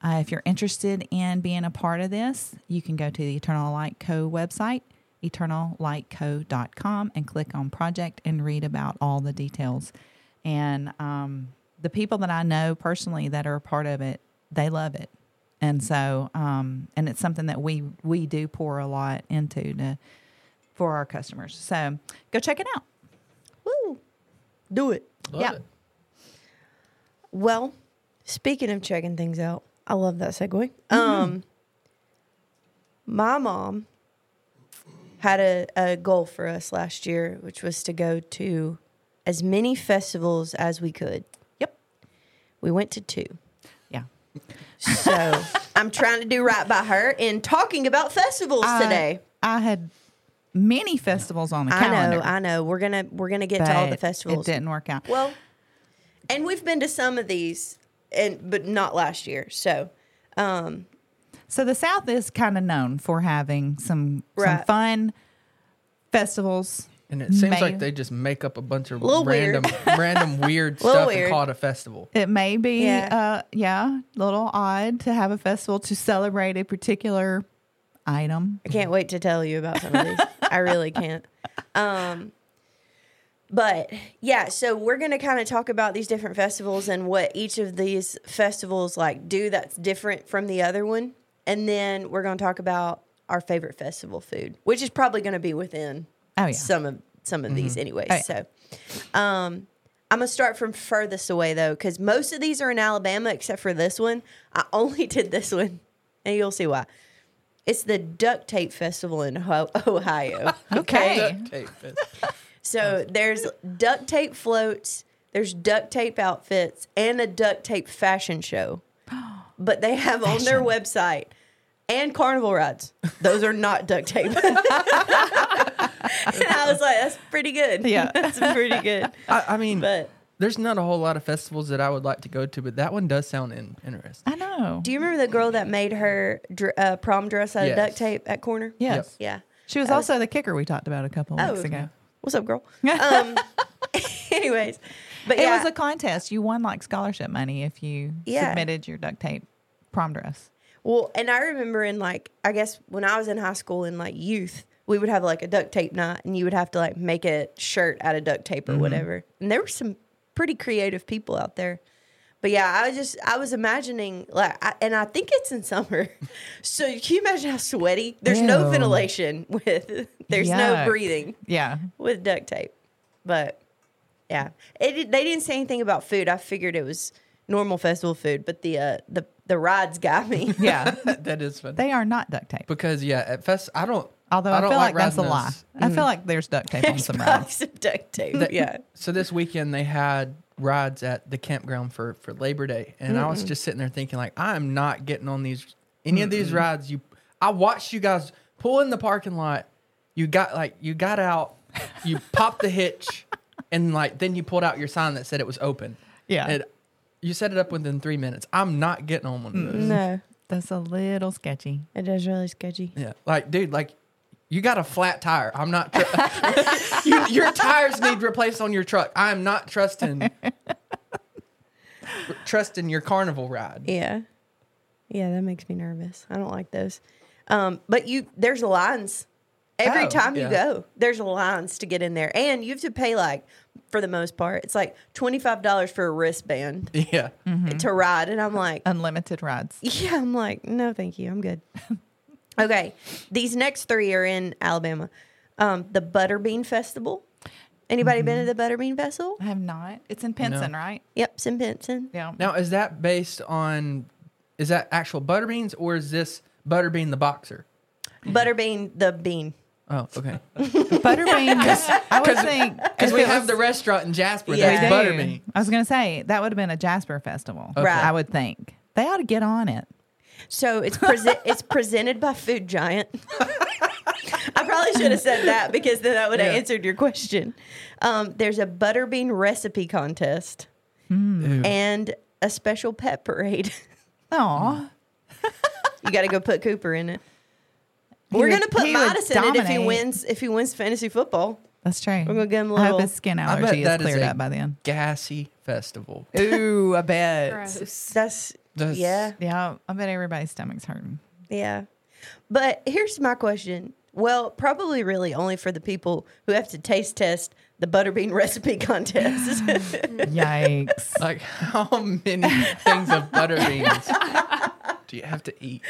C: Uh, if you're interested in being a part of this, you can go to the Eternal Light Co. website, eternallightco.com, and click on project and read about all the details. And um, the people that I know personally that are a part of it, they love it. And so, um, and it's something that we we do pour a lot into to, for our customers. So go check it out.
A: Woo. Do it.
B: love
C: Yeah.
B: it.
A: Well, speaking of checking things out, I love that segue.
C: Mm-hmm.
A: Um, my mom had a, a goal for us last year, which was to go to as many festivals as we could.
C: Yep.
A: We went to two.
C: Yeah.
A: So I'm trying to do right by her in talking about festivals
C: I-
A: today.
C: I had many festivals on the
A: I
C: calendar.
A: know, I know. We're gonna we're gonna get to all the
C: but
A: festivals.
C: It didn't work out.
A: Well, and we've been to some of these, and but not last year. So, um,
C: So the South is kind of known for having some some
A: Right.
C: fun festivals.
B: And it seems
C: May-
B: like they just make up a bunch of
A: Little weird.
B: random, random weird
A: Little
B: stuff
A: weird.
B: and call it a festival.
C: It may be,
A: Yeah.
C: yeah, uh, yeah, a little odd to have a festival to celebrate a particular item.
A: I can't wait to tell you about some of these. I really can't. Um, but yeah, so we're gonna kind of talk about these different festivals and what each of these festivals like do that's different from the other one, and then we're gonna talk about our favorite festival food, which is probably gonna be within
C: Oh yeah,
A: some of some of these anyways.
C: Oh, yeah.
A: So um I'm gonna start from furthest away though, because most of these are in Alabama except for this one. I only did this one, and you'll see why. It's the Duct Tape Festival in Ho- Ohio.
C: okay.
B: Duct tape fest.
A: so there's duct tape floats, there's duct tape outfits, and a duct tape fashion show. But they have on their website and carnival rides. Those are not duct tape. and I was like, that's pretty good.
C: Yeah.
A: that's pretty good.
B: I, I mean,
A: But
B: There's not a whole lot of festivals that I would like to go to, but that one does sound in, interesting.
C: I know.
A: Do you remember the girl that made her dr- uh, prom dress out of
B: Yes.
A: duct tape at corner?
C: yes.
A: Yeah.
C: She was also the kicker we talked about a couple of
A: Oh.
C: weeks ago.
A: What's up, girl? Um, anyways, but
C: It
A: yeah,
C: was a contest. You won like scholarship money if you
A: Yeah.
C: submitted your duct tape prom dress.
A: well, and I remember in like, I guess when I was in high school in like youth, we would have like a duct tape night, and you would have to like make a shirt out of duct tape or
C: Mm-hmm.
A: whatever. And there were some pretty creative people out there. But yeah, I was just I was imagining like, I, and I think it's in summer, so can you imagine how sweaty? There's no
C: Ew.
A: ventilation with, there's
C: Yuck.
A: no breathing.
C: Yeah.
A: with duct tape. But yeah, it, did- they didn't say anything about food. I figured it was normal festival food, but the uh, the the rides got me.
C: Yeah.
B: that is fun.
C: they are not duct tape.
B: because yeah, at fest I don't.
C: Although I,
B: I don't
C: feel like, that's a
B: riding
C: lie.
B: those.
C: I feel like there's duct tape on
A: Mm. There's
C: some
A: probably
C: rides.
A: some duct tape.
B: That-
A: yeah,
B: So this weekend they had rides at the campground for for Labor Day, and I was just sitting there thinking like, I am not getting on these any of these rides. You, I watched you guys pull in the parking lot. You got like you got out, you popped the hitch, and like then you pulled out your sign that said it was open.
C: Yeah.
B: and you set it up within three minutes. I'm not getting on one of those.
A: no,
C: That's a little sketchy.
A: it is really sketchy.
B: Yeah, like dude, like you got a flat tire. I'm not. Tr- you, your tires need replaced on your truck. I'm not trusting trusting your carnival ride.
A: Yeah, yeah, that makes me nervous. I don't like those. Um, but you, there's lines every
B: Oh,
A: time you
B: yeah.
A: go. There's lines to get in there, and you have to pay like for the most part, it's like twenty five dollars for a wristband
B: Yeah,
A: to ride, and I'm like,
C: Unlimited rides.
A: Yeah, I'm like, no, thank you. I'm good. okay. These next three are in Alabama. Um, the Butterbean Festival. Anybody been to the Butterbean Festival?
C: I have not. It's in Pinson, right?
A: Yep, it's in Benson.
C: Yeah.
B: Now is that based on is that actual butterbeans or is this butterbean the boxer?
A: Butterbean the Mm-hmm. bean.
B: Oh, okay.
C: Butterbean. I would think
B: Because we have the restaurant in Jasper
A: Yeah.
B: that's butterbean.
C: I was going to say that would have been a Jasper festival.
A: Right.
C: I would think they ought to get on it.
A: So it's present it's presented by Food Giant. I probably should have said that because then that would have
B: Yeah.
A: answered your question. Um, there's a butterbean recipe contest Mm-hmm.
C: Mm-hmm.
A: and a special pet parade.
C: Oh,
A: You got to go put Cooper in it. We're
C: would-
A: gonna put
C: he would
A: Midas in it if he
C: dominate.
A: wins. If he wins fantasy football,
C: that's true.
A: We're gonna give him a
C: I hope
A: little-
C: his skin
B: I bet
C: allergy is
B: that is
C: cleared
B: a
C: up by then.
B: gassy festival.
C: Ooh, I bet.
E: Gross.
A: that's,
B: That's-
A: yeah,
C: Yeah, I bet everybody's stomach's hurting.
A: yeah. But here's my question. Well, probably really only for the people who have to taste test the butterbean recipe contest.
C: Yikes.
B: Like how many things of butterbeans do you have to eat?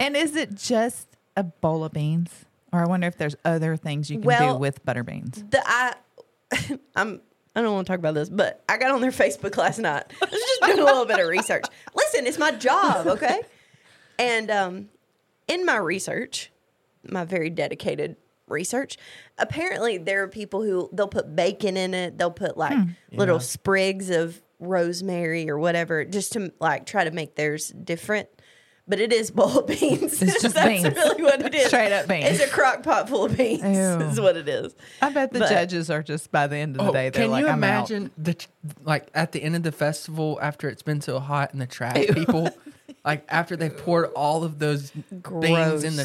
C: and is it just a bowl of beans? Or I wonder if there's other things you can do
A: Well-
C: with butter beans.
A: the I, I'm I don't want to talk about this, but I got on their Facebook last night. I was just doing a little bit of research. Listen, it's my job, okay? And um, in my research, my very dedicated research, apparently there are people who they'll put bacon in it. They'll put like
C: Hmm.
A: little sprigs of rosemary or whatever, just to like try to make theirs different. But it is bowl of beans.
C: It's just
A: That's
C: beans.
A: really what it is.
C: Straight up beans.
A: It's a crock pot full of beans.
C: Ew.
A: Is what it is.
C: I bet the
A: But-
C: judges are just by the end of the
B: Oh,
C: day. They're
B: can
C: like,
B: you
C: I'm out."
B: imagine the tr- like at the end of the festival after it's been so hot and the trash people like after they poured all of those
A: Gross.
B: things in the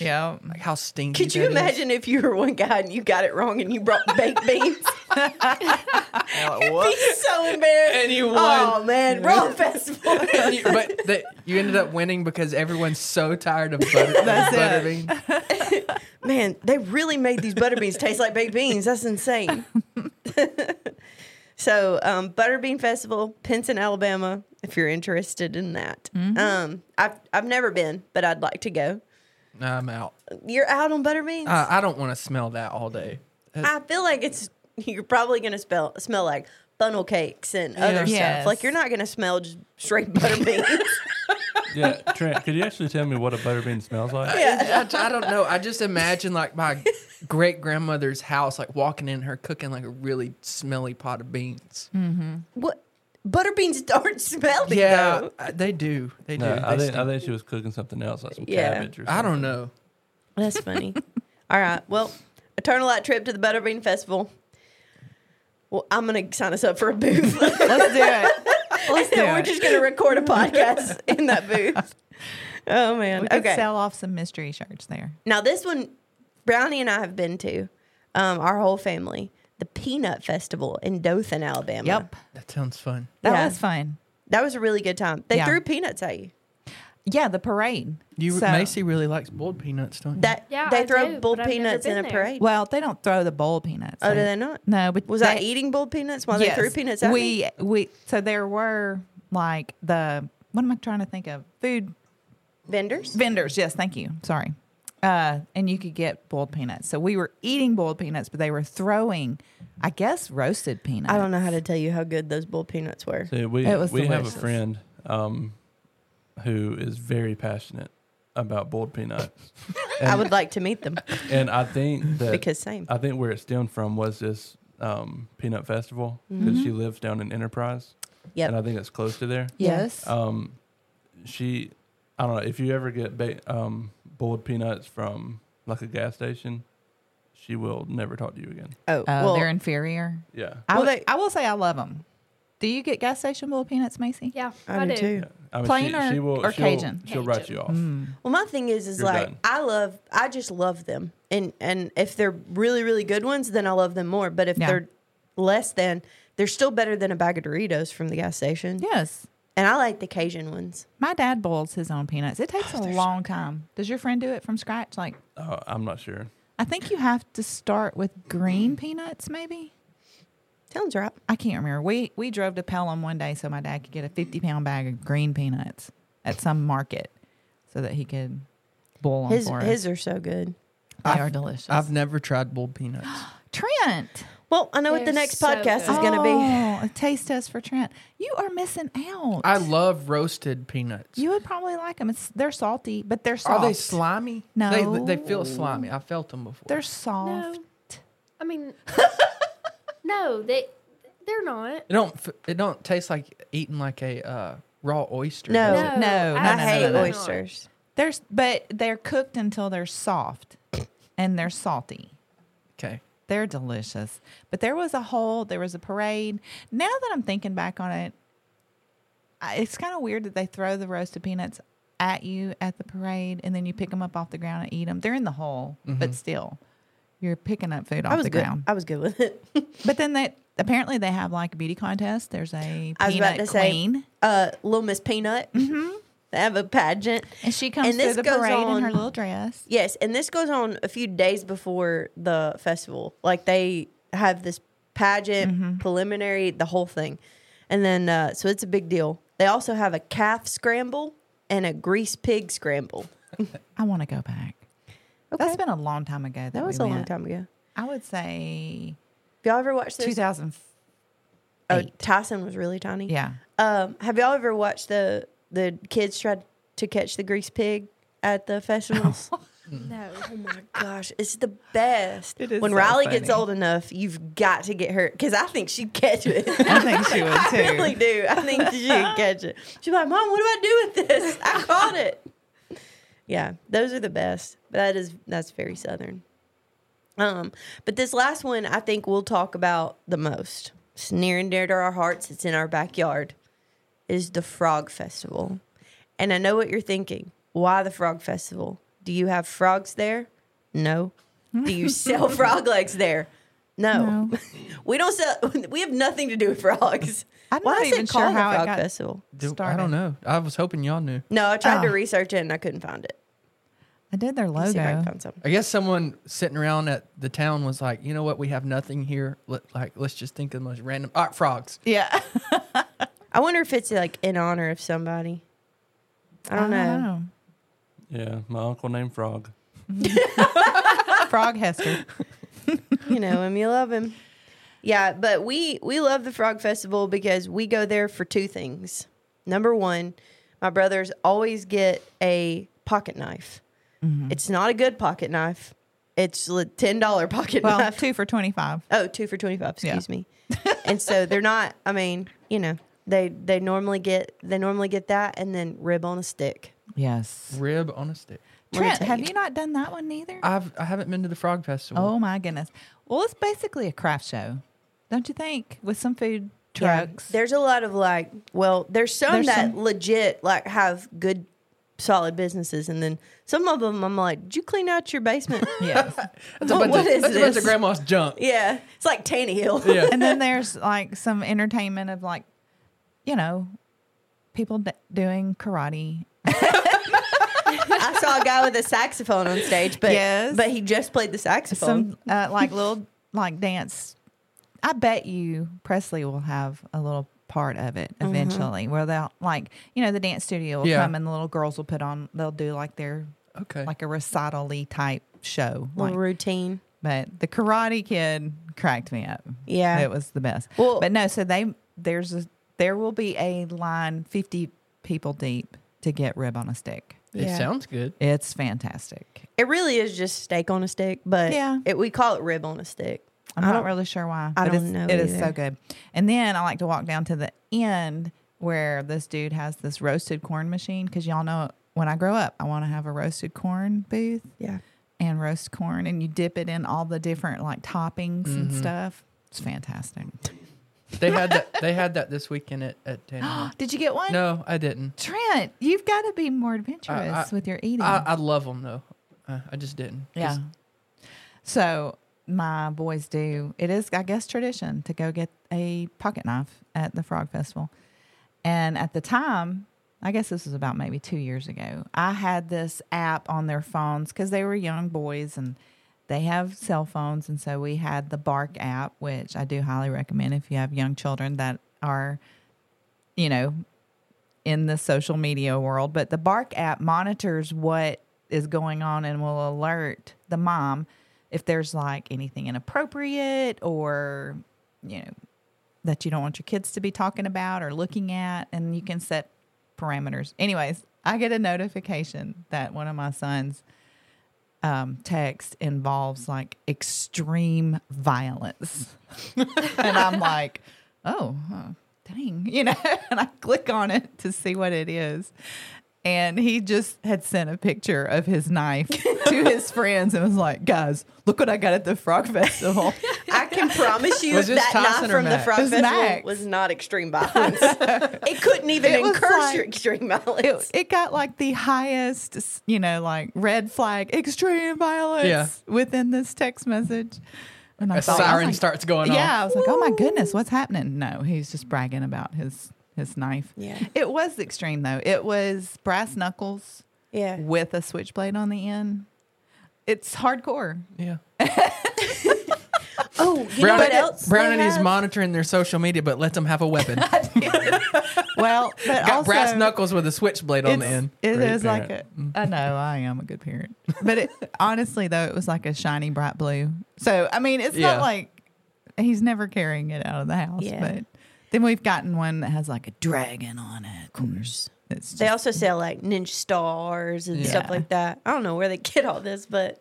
C: Yeah.
B: like how stinky.
A: Could you
B: that is?
A: imagine if you were one guy and you got it wrong and you brought baked beans?
C: They're like, what?
A: He's so embarrassed.
B: And you
A: Oh
B: won.
A: man, wrong festival.
B: And you- but that you ended up winning because everyone's so tired of butter,
C: That's it.
B: butterbean.
A: man, they really made these butter beans taste like baked beans. That's insane. so, um, Butterbean Festival, Pinson, Alabama, if you're interested in that.
B: Mm-hmm.
A: Um, I've, I've never been, but I'd like to go.
B: No, I'm out.
A: You're out on butterbeans?
B: Uh, I don't want to smell that all day. That-
A: I feel like it's, you're probably going to spell smell like funnel cakes and other stuff.
C: Yes.
A: Like, you're not going to smell just straight butter beans.
D: Yeah, Trent, could you actually tell me what a butterbean smells like?
B: I, I don't know. I just imagine like my great grandmother's house, like walking in her cooking like a really smelly pot of beans.
A: What butterbeans aren't smelly
B: Yeah,
A: though.
B: I- they do. They do.
D: No, I
B: They
D: think, I
B: stink.
D: think she was cooking something else, like some
A: Yeah.
D: cabbage or something.
B: I don't know.
A: That's funny. All right. Well, Eternal Light trip to the Butterbean Festival. well, I'm gonna sign us up for a booth.
C: Let's do it. Let's do
A: We're
C: it.
A: just gonna record a podcast in that booth. Oh man.
C: we could
A: okay.
C: sell off some mystery shirts there.
A: Now this one, Brownie and I have been to, um, our whole family, the Peanut Festival in Dothan, Alabama.
C: Yep.
B: That sounds fun.
C: That
A: Yeah.
C: was fun.
A: That was a really good time. They
C: Yeah.
A: threw peanuts at you.
C: Yeah, the parade.
B: You
C: So-
B: Macy really likes boiled peanuts, don't you?
A: That
E: Yeah,
A: they
E: I
A: throw
E: do,
A: bull
E: but I've never
A: peanuts in
E: been
A: a
E: there.
A: parade.
C: Well, they don't throw the bowl peanuts.
A: Oh, do they not?
C: No, but
A: Was I
C: they-
A: eating bull peanuts while
C: Yes.
A: they threw peanuts at me?
C: we we so there were like the what am I trying to think of food
A: Vendors?
C: vendors. Yes, thank you. Sorry. Uh, and you could get boiled peanuts. So we were eating boiled peanuts, but they were throwing, I guess, roasted peanuts.
A: I don't know how to tell you how good those bull peanuts were.
D: See, we
C: It was
D: we have
C: delicious.
D: a friend um, who is very passionate about boiled peanuts, and, uh,
A: I would like to meet them
D: and I think that
A: because same.
D: I think where it stemmed from was this um, peanut festival because she lives down in Enterprise,
A: Mm-hmm. Yep.
D: and I think it's close to there.
C: Yes.
D: Um, she, I don't know if you ever get ba- um, boiled peanuts from like a gas station, she will never talk to you again.
A: Oh,
C: Uh,
A: well,
C: they're inferior.
D: Yeah,
C: I,
A: Well,
C: would-
A: they-
C: I will say I love them. Do you get gas station boiled peanuts, Macy?
E: Yeah,
A: I, do too.
D: yeah. I mean,
C: Plain or- or
D: she'll,
C: Cajun?
D: She'll write
E: Cajun.
D: you off.
C: Mm.
A: Well, my thing is, is
D: You're
A: like
D: done.
A: I love, I just love them, and and if they're really really good ones, then I love them more. But if
C: Yeah.
A: they're less than, they're still better than a bag of Doritos from the gas station.
C: Yes.
A: And I like the Cajun ones.
C: My dad boils his own peanuts. It takes a long time. Does your friend do it from scratch? Like,
D: Uh, I'm not sure.
C: I think you have to start with green peanuts, maybe.
A: Sounds right.
C: I can't remember. We we drove to Pelham one day so my dad could get a fifty pound bag of green peanuts at some market, so that he could boil them
A: His
C: for us.
A: his are so good.
C: They
B: I've-
C: are delicious.
B: I've never tried boiled peanuts.
C: Trent
A: Well, I know what
E: They're
A: the next
E: so
A: podcast
E: good.
A: is going to be.
C: Oh, a taste test for Trent. You are missing out.
B: I love roasted peanuts.
C: you would probably like them. It's they're salty, but they're soft.
B: Are they slimy?
C: No.
B: They, they feel slimy. I felt them before.
C: They're soft.
E: No, I mean, no, they they're not.
B: It don't. f- It don't taste like eating like a uh, raw oyster.
A: No.
B: does it?
C: no, no,
A: I
C: no,
A: hate
C: no, no.
A: oysters.
C: They're s- but they're cooked until they're soft, and they're salty.
B: Okay.
C: They're delicious. But there was a whole, there was a parade. Now that I'm thinking back on it, I, it's kind of weird that they throw the roasted peanuts at you at the parade and then you pick them up off the ground and eat them. They're in the hole,
B: Mm-hmm.
C: but still, you're picking up food off
A: I was
C: the
A: good.
C: ground.
A: I was good with it.
C: But then they, apparently they have like a beauty contest. There's a
A: I was about
C: peanut
A: to
C: queen.
A: say, uh, Little Miss Peanut. Mm-hmm. They have a pageant.
C: and she comes
A: and
C: through
A: this
C: the
A: goes
C: parade in her
A: on-
C: little dress.
A: Yes, and this goes on a few days before the festival. Like they have this pageant,
C: Mm-hmm.
A: preliminary, the whole thing, and then uh, so it's a big deal. They also have a calf scramble and a grease pig scramble.
C: I want to go back. That's been a long time ago. That,
A: that was
C: we
A: a long
C: went.
A: time ago.
C: I would say
A: Have y'all ever watched those?
C: 2000.
A: Oh, Tyson was really tiny.
C: Yeah.
A: Um, have y'all ever watched the the kids try to catch the grease pig at the festivals?
E: No,
A: Oh my gosh, it's the best.
C: It is
A: when
C: so
A: Riley gets
C: funny.
A: old enough, you've got to get her because I think she'd catch it.
C: I think she would too.
A: I really do. I think she'd catch it. She's like, Mom, what do I do with this? I caught it. Yeah, those are the best. But that is that's very southern. Um, but this last one I think we'll talk about the most. It's near and dear to our hearts, it's in our backyard. Is the Frog Festival. And I know what you're thinking. Why the Frog Festival? Do you have frogs there? No. Do you sell frog legs there? No.
C: No.
A: we don't sell. We have nothing to do with frogs.
C: I'm
A: Why
C: not
A: is it
C: even sure
A: called the
C: how it
A: Frog
C: got-
A: Festival?
B: Do- I
C: Started.
B: don't know. I was hoping y'all knew.
A: No, I tried to
C: Ah.
A: research it and I couldn't find it.
C: I did their
A: Let's see if I
C: logo.
A: can find something.
B: I guess someone sitting around at the town was like, you know what? We have nothing here. Let, like, let's just think of the most random. All right, frogs.
C: Yeah.
A: I wonder if it's like in honor of somebody. I don't know.
D: Yeah, my uncle named Frog.
C: Frog Hester.
A: you know him, you love him. Yeah, but we we love the Frog Festival because we go there for two things. Number one, my brothers always get a pocket knife.
C: Mm-hmm.
A: It's not a good pocket knife. It's a ten dollar pocket
C: Well,
A: knife.
C: two for 25.
A: Oh, two for twenty five.
C: Yeah.
A: Excuse me. and so they're not. I mean, you know, they they normally get they normally get that and then rib on a stick.
C: Yes.
B: Rib on a stick.
A: Let me
C: Trent,
A: tell
C: have
A: you.
C: you not done that one neither?
A: Oh.
B: I've I haven't been to the frog festival.
C: oh, my goodness. Well, it's basically a craft show. don't you think? With some food trucks.
A: There's a lot of like, well, there's some
C: There's
A: that
C: some-
A: legit like have good, solid businesses, and then some of them I'm like, did you clean out your basement?
C: yes.
B: That's a
A: What-
B: bunch
A: what
B: of,
A: is
B: that's a bunch
A: this?
B: of grandma's junk.
A: yeah, it's like Tanny Hill.
B: Yeah.
C: and then there's like some entertainment of like, you know, people d- doing karate.
A: I saw a guy with a saxophone on stage, but
C: Yes.
A: but he just played the saxophone.
C: Some uh, like little like dance. I bet you Presley will have a little part of it eventually, where they'll like you know the dance studio will
B: Yeah.
C: come and the little girls will put on they'll do like their
B: Okay.
C: like a recital type show. Like,
A: routine.
C: but the Karate Kid cracked me up.
A: Yeah.
C: it was the best.
A: Well-
C: but no, so they there's a, there will be a line fifty people deep to get rib on a stick.
B: It sounds good.
C: It's fantastic.
A: It really is just steak on a stick, but
C: Yeah.
A: it, we call it rib on a stick.
C: I'm
A: I
C: not
A: don't-
C: really sure why.
A: I
C: but
A: don't
C: it's,
A: know
C: It is so
A: either.
C: good. And then I like to walk down to the end where this dude has this roasted corn machine because y'all know when I grow up, I want to have a roasted corn booth
A: Yeah.
C: and roast corn, and you dip it in all the different like toppings and stuff. It's fantastic.
B: They had that. They had that this weekend at at Tanner Hill.
C: Did you get one?
B: No, I didn't.
C: Trent, you've got to be more adventurous
B: I- I-
C: with your eating.
B: I, I love them though. Uh, I just didn't. 'Cause
C: yeah. So my boys do. It is, I guess, tradition to go get a pocket knife at the Frog Festival. And at the time, I guess this was about maybe two years ago, I had this app on their phones because they were young boys and they have cell phones. And so we had the Bark app, which I do highly recommend if you have young children that are, you know, in the social media world, but the Bark app monitors what is going on and will alert the mom if there's like anything inappropriate or, you know, that you don't want your kids to be talking about or looking at, and you can set parameters. Anyways, I get a notification that one of my sons. Um, text involves like extreme violence and I'm like, oh, huh, dang, you know. And I click on it to see what it is, and he just had sent a picture of his knife to his friends and was like, guys, look what I got at the Frog Festival.
A: I can promise you
B: Was this
A: that
B: Tyson
A: knife
B: or
A: from the
B: Max?
A: Frog
C: It was
A: Festival
C: Max.
A: was not extreme violence. it couldn't even
C: It was
A: encourage
C: like-
A: your extreme violence.
C: it, it got like the highest, you know, like red flag, extreme violence
B: Yeah.
C: within this text message. And I
B: A
C: thought- I was
B: siren
A: oh
C: like-
B: starts going off.
C: Yeah, I was like, oh my goodness, what's happening? No, he's just bragging about his his knife.
A: Yeah.
C: it was extreme though. It was brass knuckles
A: yeah.
C: with a switchblade on the end. It's hardcore.
B: Yeah.
A: Oh, you know
B: Brown,
A: what else?
B: Brown
A: they
B: and he's
A: have?
B: monitoring their social media, but lets them have a weapon. Got
C: Well, but also,
B: brass knuckles with a switchblade on the
C: it's-
B: end.
C: It
D: Great
C: is like a. I know I am a good parent, but it, honestly though, it was like a shiny bright blue. So I mean, it's
B: Yeah.
C: not like he's never carrying it out of the house.
A: Yeah.
C: But then we've gotten one that has like a dragon on it. Of course, it's
A: They
C: just,
A: also sell like ninja stars and
C: Yeah.
A: stuff like that. I don't know where they get all this, but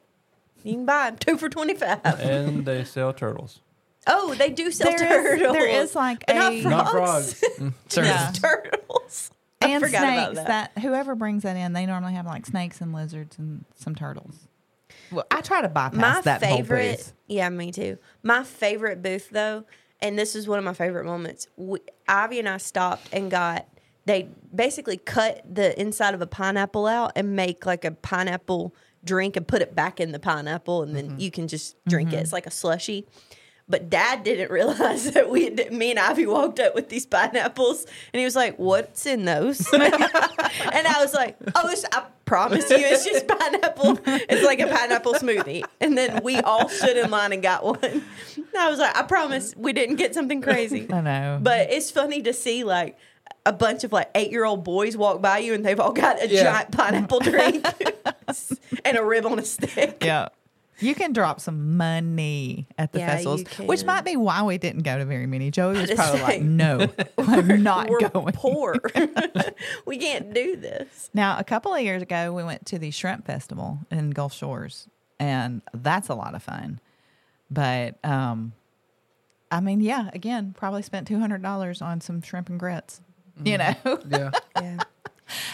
A: you can buy 'em. two for twenty five.
D: and they sell turtles.
A: Oh, they do sell
C: There is-
A: turtles.
C: there is like
A: but
C: a-
A: not frogs.
D: Not frogs.
B: Sorry.
C: Yeah.
A: turtles. I
C: and
A: forgot about
C: snakes that. whoever brings that in, they normally have like snakes and lizards and some turtles. Well, I try to bypass
A: my
C: that whole
A: favorite
C: booth.
A: yeah me too my favorite booth though and this is one of my favorite moments we, ivy and i stopped and got they basically cut the inside of a pineapple out and make like a pineapple drink and put it back in the pineapple and
C: Mm-hmm.
A: then you can just drink it it's like a slushy but dad didn't realize that we had, me and Ivy walked up with these pineapples and he was like, What's in those? and I was like, Oh, it's, I promise you, it's just pineapple. It's like a pineapple smoothie. And then we all stood in line and got one. And I was like, I promise we didn't get something crazy.
C: I know.
A: But it's funny to see like a bunch of like eight year old boys walk by you and they've all got a
B: Yeah.
A: giant pineapple drink and a rib on a stick.
C: yeah. You can drop some money at the
A: Yeah, you
C: festivals, which
A: can.
C: might be why we didn't go to very many. Joey was
A: just
C: probably like,
A: saying.
C: "No, I'm not
A: We're
C: going."
A: poor. we can't do this.
C: Now, a couple of years ago, we went to the Shrimp Festival in Gulf Shores, and that's a lot of fun. But, um, I mean, yeah, again, probably spent two hundred dollars on some shrimp and grits, you know.
B: Yeah.
A: Yeah.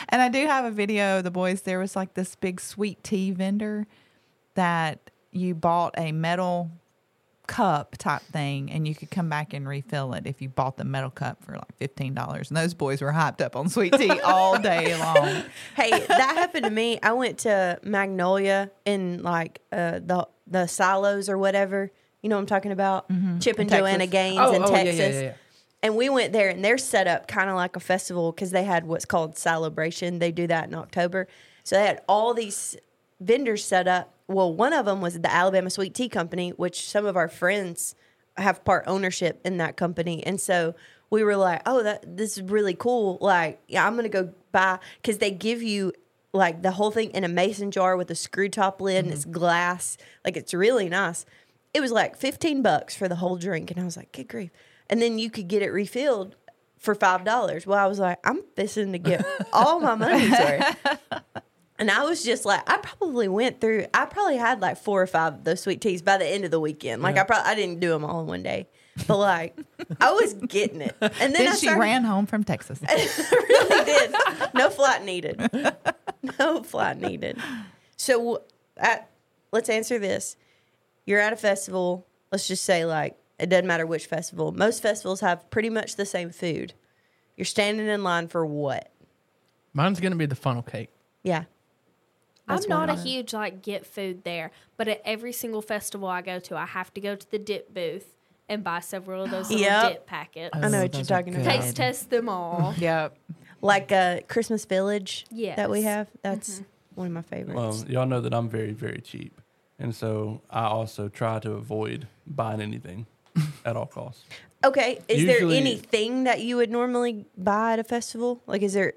C: And I do have a video of the boys. There was like this big sweet tea vendor that you bought a metal cup type thing, and you could come back and refill it if you bought the metal cup for like fifteen dollars. And those boys were hyped up on sweet tea all day long.
A: Hey, that happened to me. I went to Magnolia in like uh, the the silos or whatever. You know what I'm talking about? Chip and
C: Texas.
A: Joanna Gaines
B: Mm-hmm. Oh,
A: in
B: oh, yeah, yeah,
A: Texas.
B: yeah, yeah.
A: And we went there, and they're set up kind of like a festival because they had what's called celebration. They do that in October. So they had all these vendors set up. Well, one of them was the Alabama Sweet Tea Company, which some of our friends have part ownership in that company. And so we were like, oh, that this is really cool. Like, yeah, I'm going to go buy because they give you like the whole thing in a mason jar with a screw top lid and it's glass. Like, it's really nice. It was like 15 bucks for the whole drink. And I was like, good grief. And then you could get it refilled for $5. Well, I was like, I'm fishing to get all my money's worth. And I was just like, I probably went through, I probably had like four or five of those sweet teas by the end of the weekend. Like, I probably, I didn't do them all in one day, but like, I was getting it. And then,
C: Then
A: I
C: she
A: started-
C: ran home from Texas.
A: I really did. No flight needed. No flight needed. So I, let's answer this. You're at a festival. Let's just say, like, it doesn't matter which festival. Most festivals have pretty much the same food. You're standing in line for what?
B: Mine's gonna be the funnel cake.
A: Yeah.
E: I'm
A: That's
E: not a
A: one.
E: huge like get food there, but at every single festival I go to, I have to go to the dip booth and buy several of those little
A: Yep.
E: dip packets.
A: I know
B: Oh,
A: what you're talking about.
E: Taste test them all.
C: yep.
A: Like a Christmas village that we
E: Yes. Mm-hmm.
A: have. That's one of my favorites.
D: Well, Um, y'all know that I'm very, very cheap. And so I also try to avoid buying anything at all costs.
A: okay. Is there
D: usually-
A: anything that you would normally buy at a festival? Like, is there,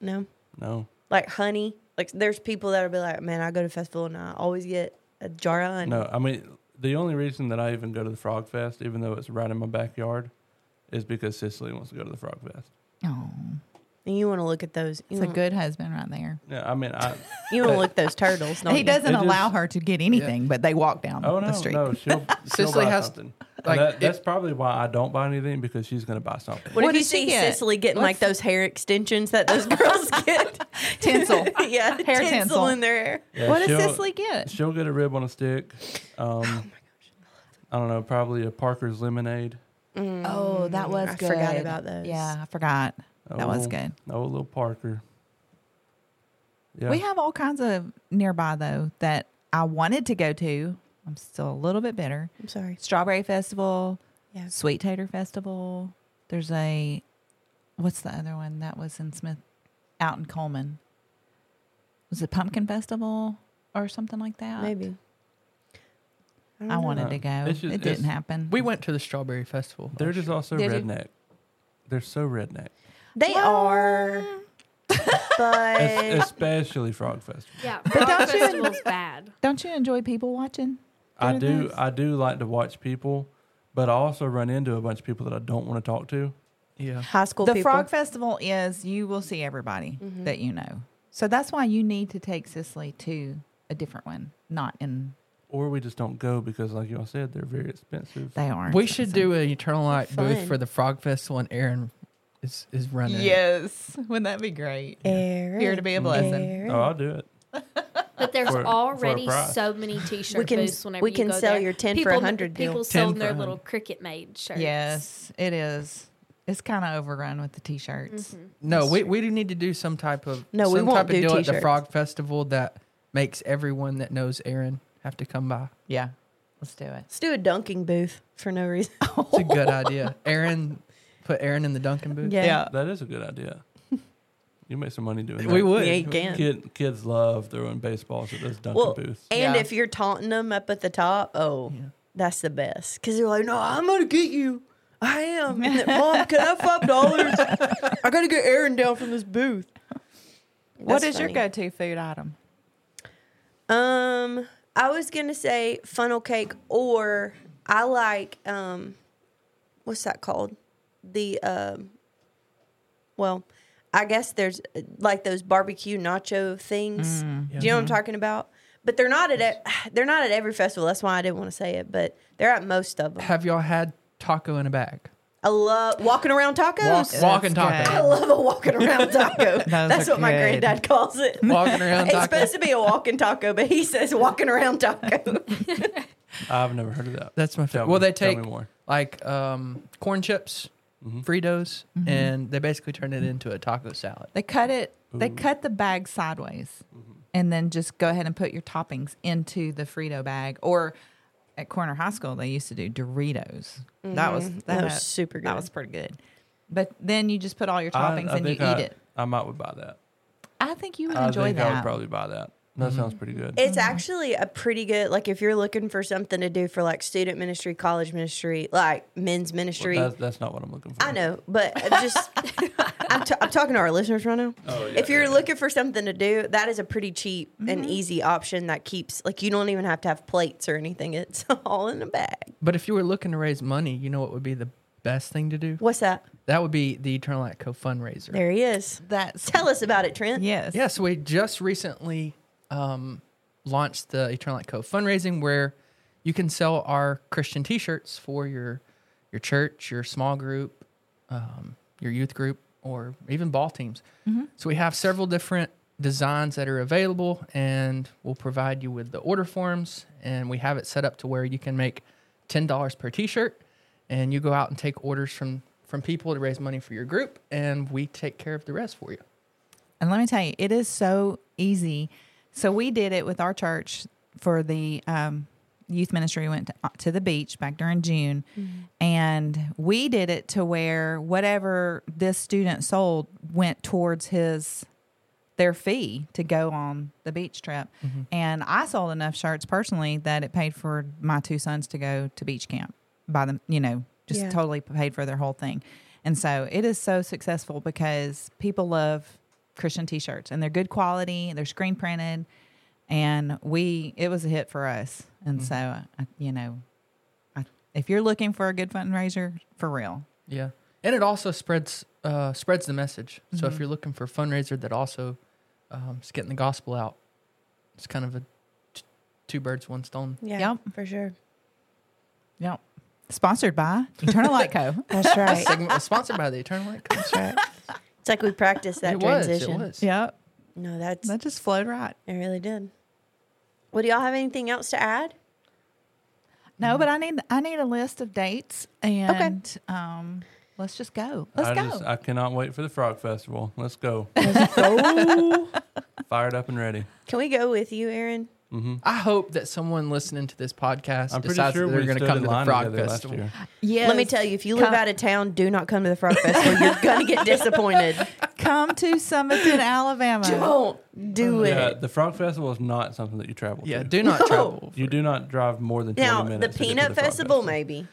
A: no?
D: No.
A: like honey. Like there's people that'll be like, man, I go to festival and I always get a jar of honey.
D: No, I mean, the only reason that I even go to the Frog Fest, even though it's right in my backyard, is because Cicely wants to go to the Frog Fest.
C: Oh,
A: And you want to look at those. You
C: it's a
A: want
C: good husband right there.
D: Yeah, I mean, I.
A: to look at those turtles. Don't
C: He
A: you?
C: doesn't
D: It
C: allow
D: just-
C: her to get anything, but they walk down
D: Oh, no.
C: the street.
D: No, she'll, she'll
B: Cicely
D: buy
B: has-
D: something.
B: like,
D: Like,
B: it-
D: that's probably why I don't buy anything because she's going to buy something.
A: What,
C: What
A: if you
C: does she
A: see
C: get?
A: Cicely getting like those hair extensions that those girls get?
C: Tinsel.
A: yeah,
C: Hair tinsel.
A: in their hair.
D: Yeah,
C: what does
D: she'll-
C: Cicely Oh get?
D: She'll get a rib on a stick. Um, I don't know, probably a Parker's lemonade.
C: Oh, that was
A: Mm. I forgot about those.
C: Yeah, I forgot.
D: A
C: that was
D: little-
C: good.
D: Oh, little Parker. Yeah.
C: We have all kinds of nearby though that I wanted to go to. I'm still a little bit bitter.
A: I'm sorry.
C: Strawberry Festival,
A: Yeah.
C: Sweet Tater Festival. There's a what's the other one that was in Smith out in Coleman? Was it Pumpkin Festival or something like that?
A: Maybe. don't
C: I
A: know.
C: wanted to go.
D: It's just-
C: it didn't
D: it's-
C: happen.
B: We went to the strawberry festival.
D: They're just also
C: Did you-
D: redneck. They're so redneck,
A: They are, but
D: Es- especially Frog Festival.
E: Yeah, Frog Festival's bad.
C: Don't you enjoy people watching?
D: I
C: They're
D: do.
C: nice.
D: I do like to watch people, but I also run into a bunch of people that I don't want to talk to.
B: Yeah.
A: high school
C: the
A: people. Mm-hmm.
C: Frog Festival is you will see everybody that you know. So that's why you need to take Cicely to a different one, not in
D: Or we just don't go because, like y'all said, they're very expensive.
C: they are.
B: We should do an eternal light booth
A: Fun.
B: for the frog festival, and Aaron is is running. it.
C: Yes, wouldn't that be great?
A: Eric,
C: Here to be a blessing.
A: Eric.
D: Oh, I'll do it.
E: But there's
D: For- for a
E: already
D: price.
E: so many T-shirt
A: We can-
E: booths. Whenever
A: we
E: you
A: can
E: go
A: sell
E: there.
A: your 10 for
E: people,
A: 100 deal.
E: People
D: 10
E: selling
D: for
E: their
D: 100.
E: little cricket made shirts.
C: Yes, it is. It's kind of overrun with the t-shirts.
A: Mm-hmm.
B: No, we, we do need to do some type of
A: No,
B: some
A: we won't
B: type
A: do
B: of deal at
A: t-shirts.
B: the frog festival that makes everyone that knows Aaron have to come by.
C: Yeah, let's do it.
A: Let's do a dunking booth for no reason.
B: It's a good idea. Aaron, put Aaron in the Duncan booth.
D: That is a good idea. You make some money doing that.
B: We would.
A: Yeah, you can.
D: Kid, kids love throwing baseballs at those dunking
A: Well,
D: booths.
A: and
C: Yeah.
A: if you're taunting them up at the top, oh,
B: Yeah.
A: that's the best because they're like, "No, I'm gonna get you. I am." And then, Mom, can I have five dollars? I gotta get Aaron down from this booth.
C: What
A: That's
C: is your
A: funny.
C: go-to food item?
A: Um, I was gonna say funnel cake, or I like um, what's that called? The um, well, I guess there's uh, like those barbecue nacho things.
C: Mm.
A: Do you know what I'm talking about? But they're not at e- they're not at every festival. That's why I didn't want to say it. But they're at most of them.
B: Have y'all had taco in a bag?
A: I love walking around
B: Walk,
A: tacos.
B: walking
C: good.
A: I
B: taco.
A: love a walking around taco.
C: Those
A: That's
C: are
A: what my
C: good.
A: granddad calls it.
B: Walking around
A: It's
B: taco.
A: supposed to be a walking taco, but he says walking around taco.
D: I've never heard of that.
B: That's my
D: Tell
B: favorite. Well,
D: me-
B: they
D: tell
B: take
D: me more.
B: like um, corn chips,
D: Mhm.
B: Fritos,
A: Mm-hmm.
B: and they basically turn it into a taco salad.
C: They cut it. They
D: Ooh.
C: cut the bag sideways,
D: Mm-hmm.
C: and then just go ahead and put your toppings into the Frito bag. Or at Corner High School, they used to do Doritos. That
D: Mm-hmm.
C: was that,
A: Mm, That was super
C: That
A: good.
C: was pretty good. But then you just put all your
D: I-
C: toppings
D: I
C: and you
D: think
C: eat
D: I-
C: it.
D: I might would buy that.
C: I think you would
D: I
C: enjoy
D: think
C: that.
D: I would probably buy that. That sounds pretty good.
A: It's
C: Mm-hmm.
A: actually a pretty good like if you're looking for something to do for like student ministry, college ministry, like men's
D: Well,
A: ministry.
D: that's, that's not what I'm looking for.
A: I know, but I'm just I'm, t- I'm talking to our listeners right now.
D: Oh, yeah,
A: if you're
D: yeah, yeah.
A: looking for something to do, that is a pretty cheap and easy option that keeps like you don't even have to have plates or anything. It's all in a bag.
B: But if you were looking to raise money, you know what would be the best thing to do?
A: What's that?
B: That would be the Eternal Light Co fundraiser.
A: There he is.
C: That's
A: Tell us about it, Trent.
C: yes.
B: Yeah, so we just recently um, launched the Eternal Light Co fundraising where you can sell our Christian t shirts for your your church, your small group, um, your youth group, or even ball teams. So we have several different designs that are available, and we'll provide you with the order forms. And we have it set up to where you can make $10 per t shirt, and you go out and take orders from, from people to raise money for your group, and we take care of the rest for you.
C: And let me tell you, it is so easy. So we did it with our church for the um, youth ministry. We went to, uh, to the beach back during June, and we did it to where whatever this student sold went towards his their fee to go on the beach trip. And I sold enough shirts personally that it paid for my two sons to go to beach camp by them, you know, just
A: Yeah.
C: totally paid for their whole thing. And so it is so successful because people love Christian t shirts and they're good quality, they're screen printed. And we, it was a hit for us. And so, I, you know, I, if you're looking for a good fundraiser, for real,
B: Yeah, and it also spreads uh, spreads the message. So if you're looking for a fundraiser that also um, is getting the gospel out, it's kind of a t- two birds one stone.
A: Yeah,
C: Yep.
A: for sure.
C: yep. Sponsored by Eternal Light Co.
A: That's
B: This
A: right.
B: segment was sponsored by the Eternal Light. That's right.
A: it's like we practiced that
B: it
A: transition.
B: was. It was.
C: yep.
A: No, that's
C: That just flowed right.
A: it really did. Well, do y'all have anything else to add?
C: No,
A: Mm-hmm.
C: but I need I need a list of dates and um let's just go. Let's
D: I
C: go.
D: Just, I cannot wait for the Frog Festival. Let's go. Fired up and ready. Mm-hmm.
A: Can we go with you, Aaron?
B: I hope that someone listening to this podcast
D: I'm pretty
B: decides
D: sure
B: that they're
D: we
B: going to
D: stood
B: come
D: in
B: to the
D: line
B: Frog
D: together
B: Festival.
D: last year.
C: yes.
A: Let me tell you, if you live
C: Come-
A: out of town, do not come to the Frog Festival. You're gonna get disappointed.
C: come to Summerton, Alabama.
A: Don't do it.
D: Yeah, the Frog Festival is not something that you travel
B: Yeah,
D: to.
B: do not travel.
D: You do not drive more than 20
A: Now,
D: minutes.
A: the
D: to get to
A: Peanut
D: Frog
A: Festival, maybe,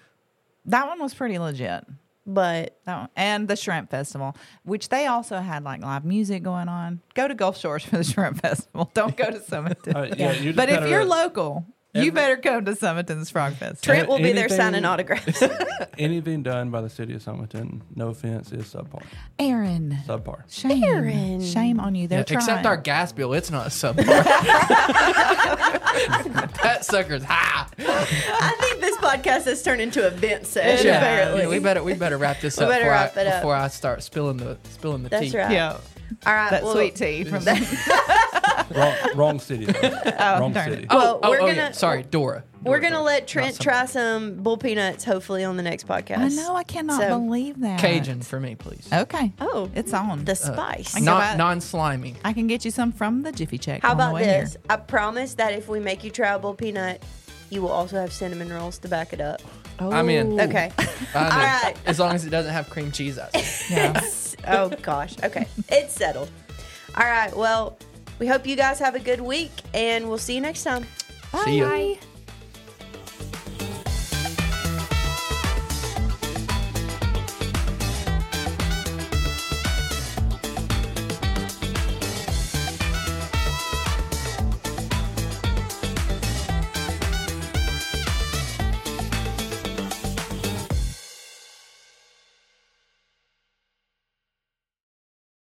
C: That one was pretty legit.
A: but
C: That one. And the Shrimp Festival, which they also had like live music going on. Go to Gulf Shores for the Shrimp Festival. Don't go to Summerton.
D: Uh, yeah, you just
C: but if
D: gotta-
C: you're local,
D: Every-
C: you better come to Summerton's Frog Festival.
A: Trent will be there
D: Anything-
A: signing autographs.
D: Anything done by the city of Somerton, no offense, is subpar.
C: Aaron.
D: Subpar.
C: Shame.
A: Aaron.
C: Shame on you. They're
B: Yeah,
C: trying.
B: except our gas bill, it's not subpar. that sucker's high.
A: I think this podcast has turned into a vent
B: Yeah,
A: session. apparently,
B: yeah, we better we better wrap this
A: We
B: up,
A: better
B: before,
A: wrap
B: I,
A: it up.
B: before I start spilling the spilling the
A: That's
B: tea.
A: right.
C: yeah.
A: All right,
C: That
A: well,
C: sweet tea from the
D: Wrong, wrong city. though. wrong
C: darn
D: city.
A: Oh, Well,
B: oh,
A: we're
B: oh,
A: gonna
B: yeah. Sorry, Dora.
A: We're
B: Dora,
A: gonna
B: sorry.
A: let
B: Not
A: Trent
B: something.
A: try some bull peanuts, hopefully on the next podcast.
C: I know. I cannot
A: So-
C: believe that.
B: Cajun for me, please.
C: Okay.
A: Oh,
C: It's on.
A: the spice.
C: Uh, I can buy-
B: Non non slimy.
C: I can get you some from the Jiffy Check.
A: How
C: on the
A: about
C: way
A: this?
C: here.
A: I promise that if we make you try a bull peanut, you will also have cinnamon rolls to back it up.
B: I'm in. Ooh.
A: Okay.
B: I mean,
A: right.
B: As long as it doesn't have cream cheese out.
C: Yeah.
A: oh gosh. Okay. It's settled. All right. Well, we hope you guys have a good week and we'll see you next time.
B: See ya.
C: Bye.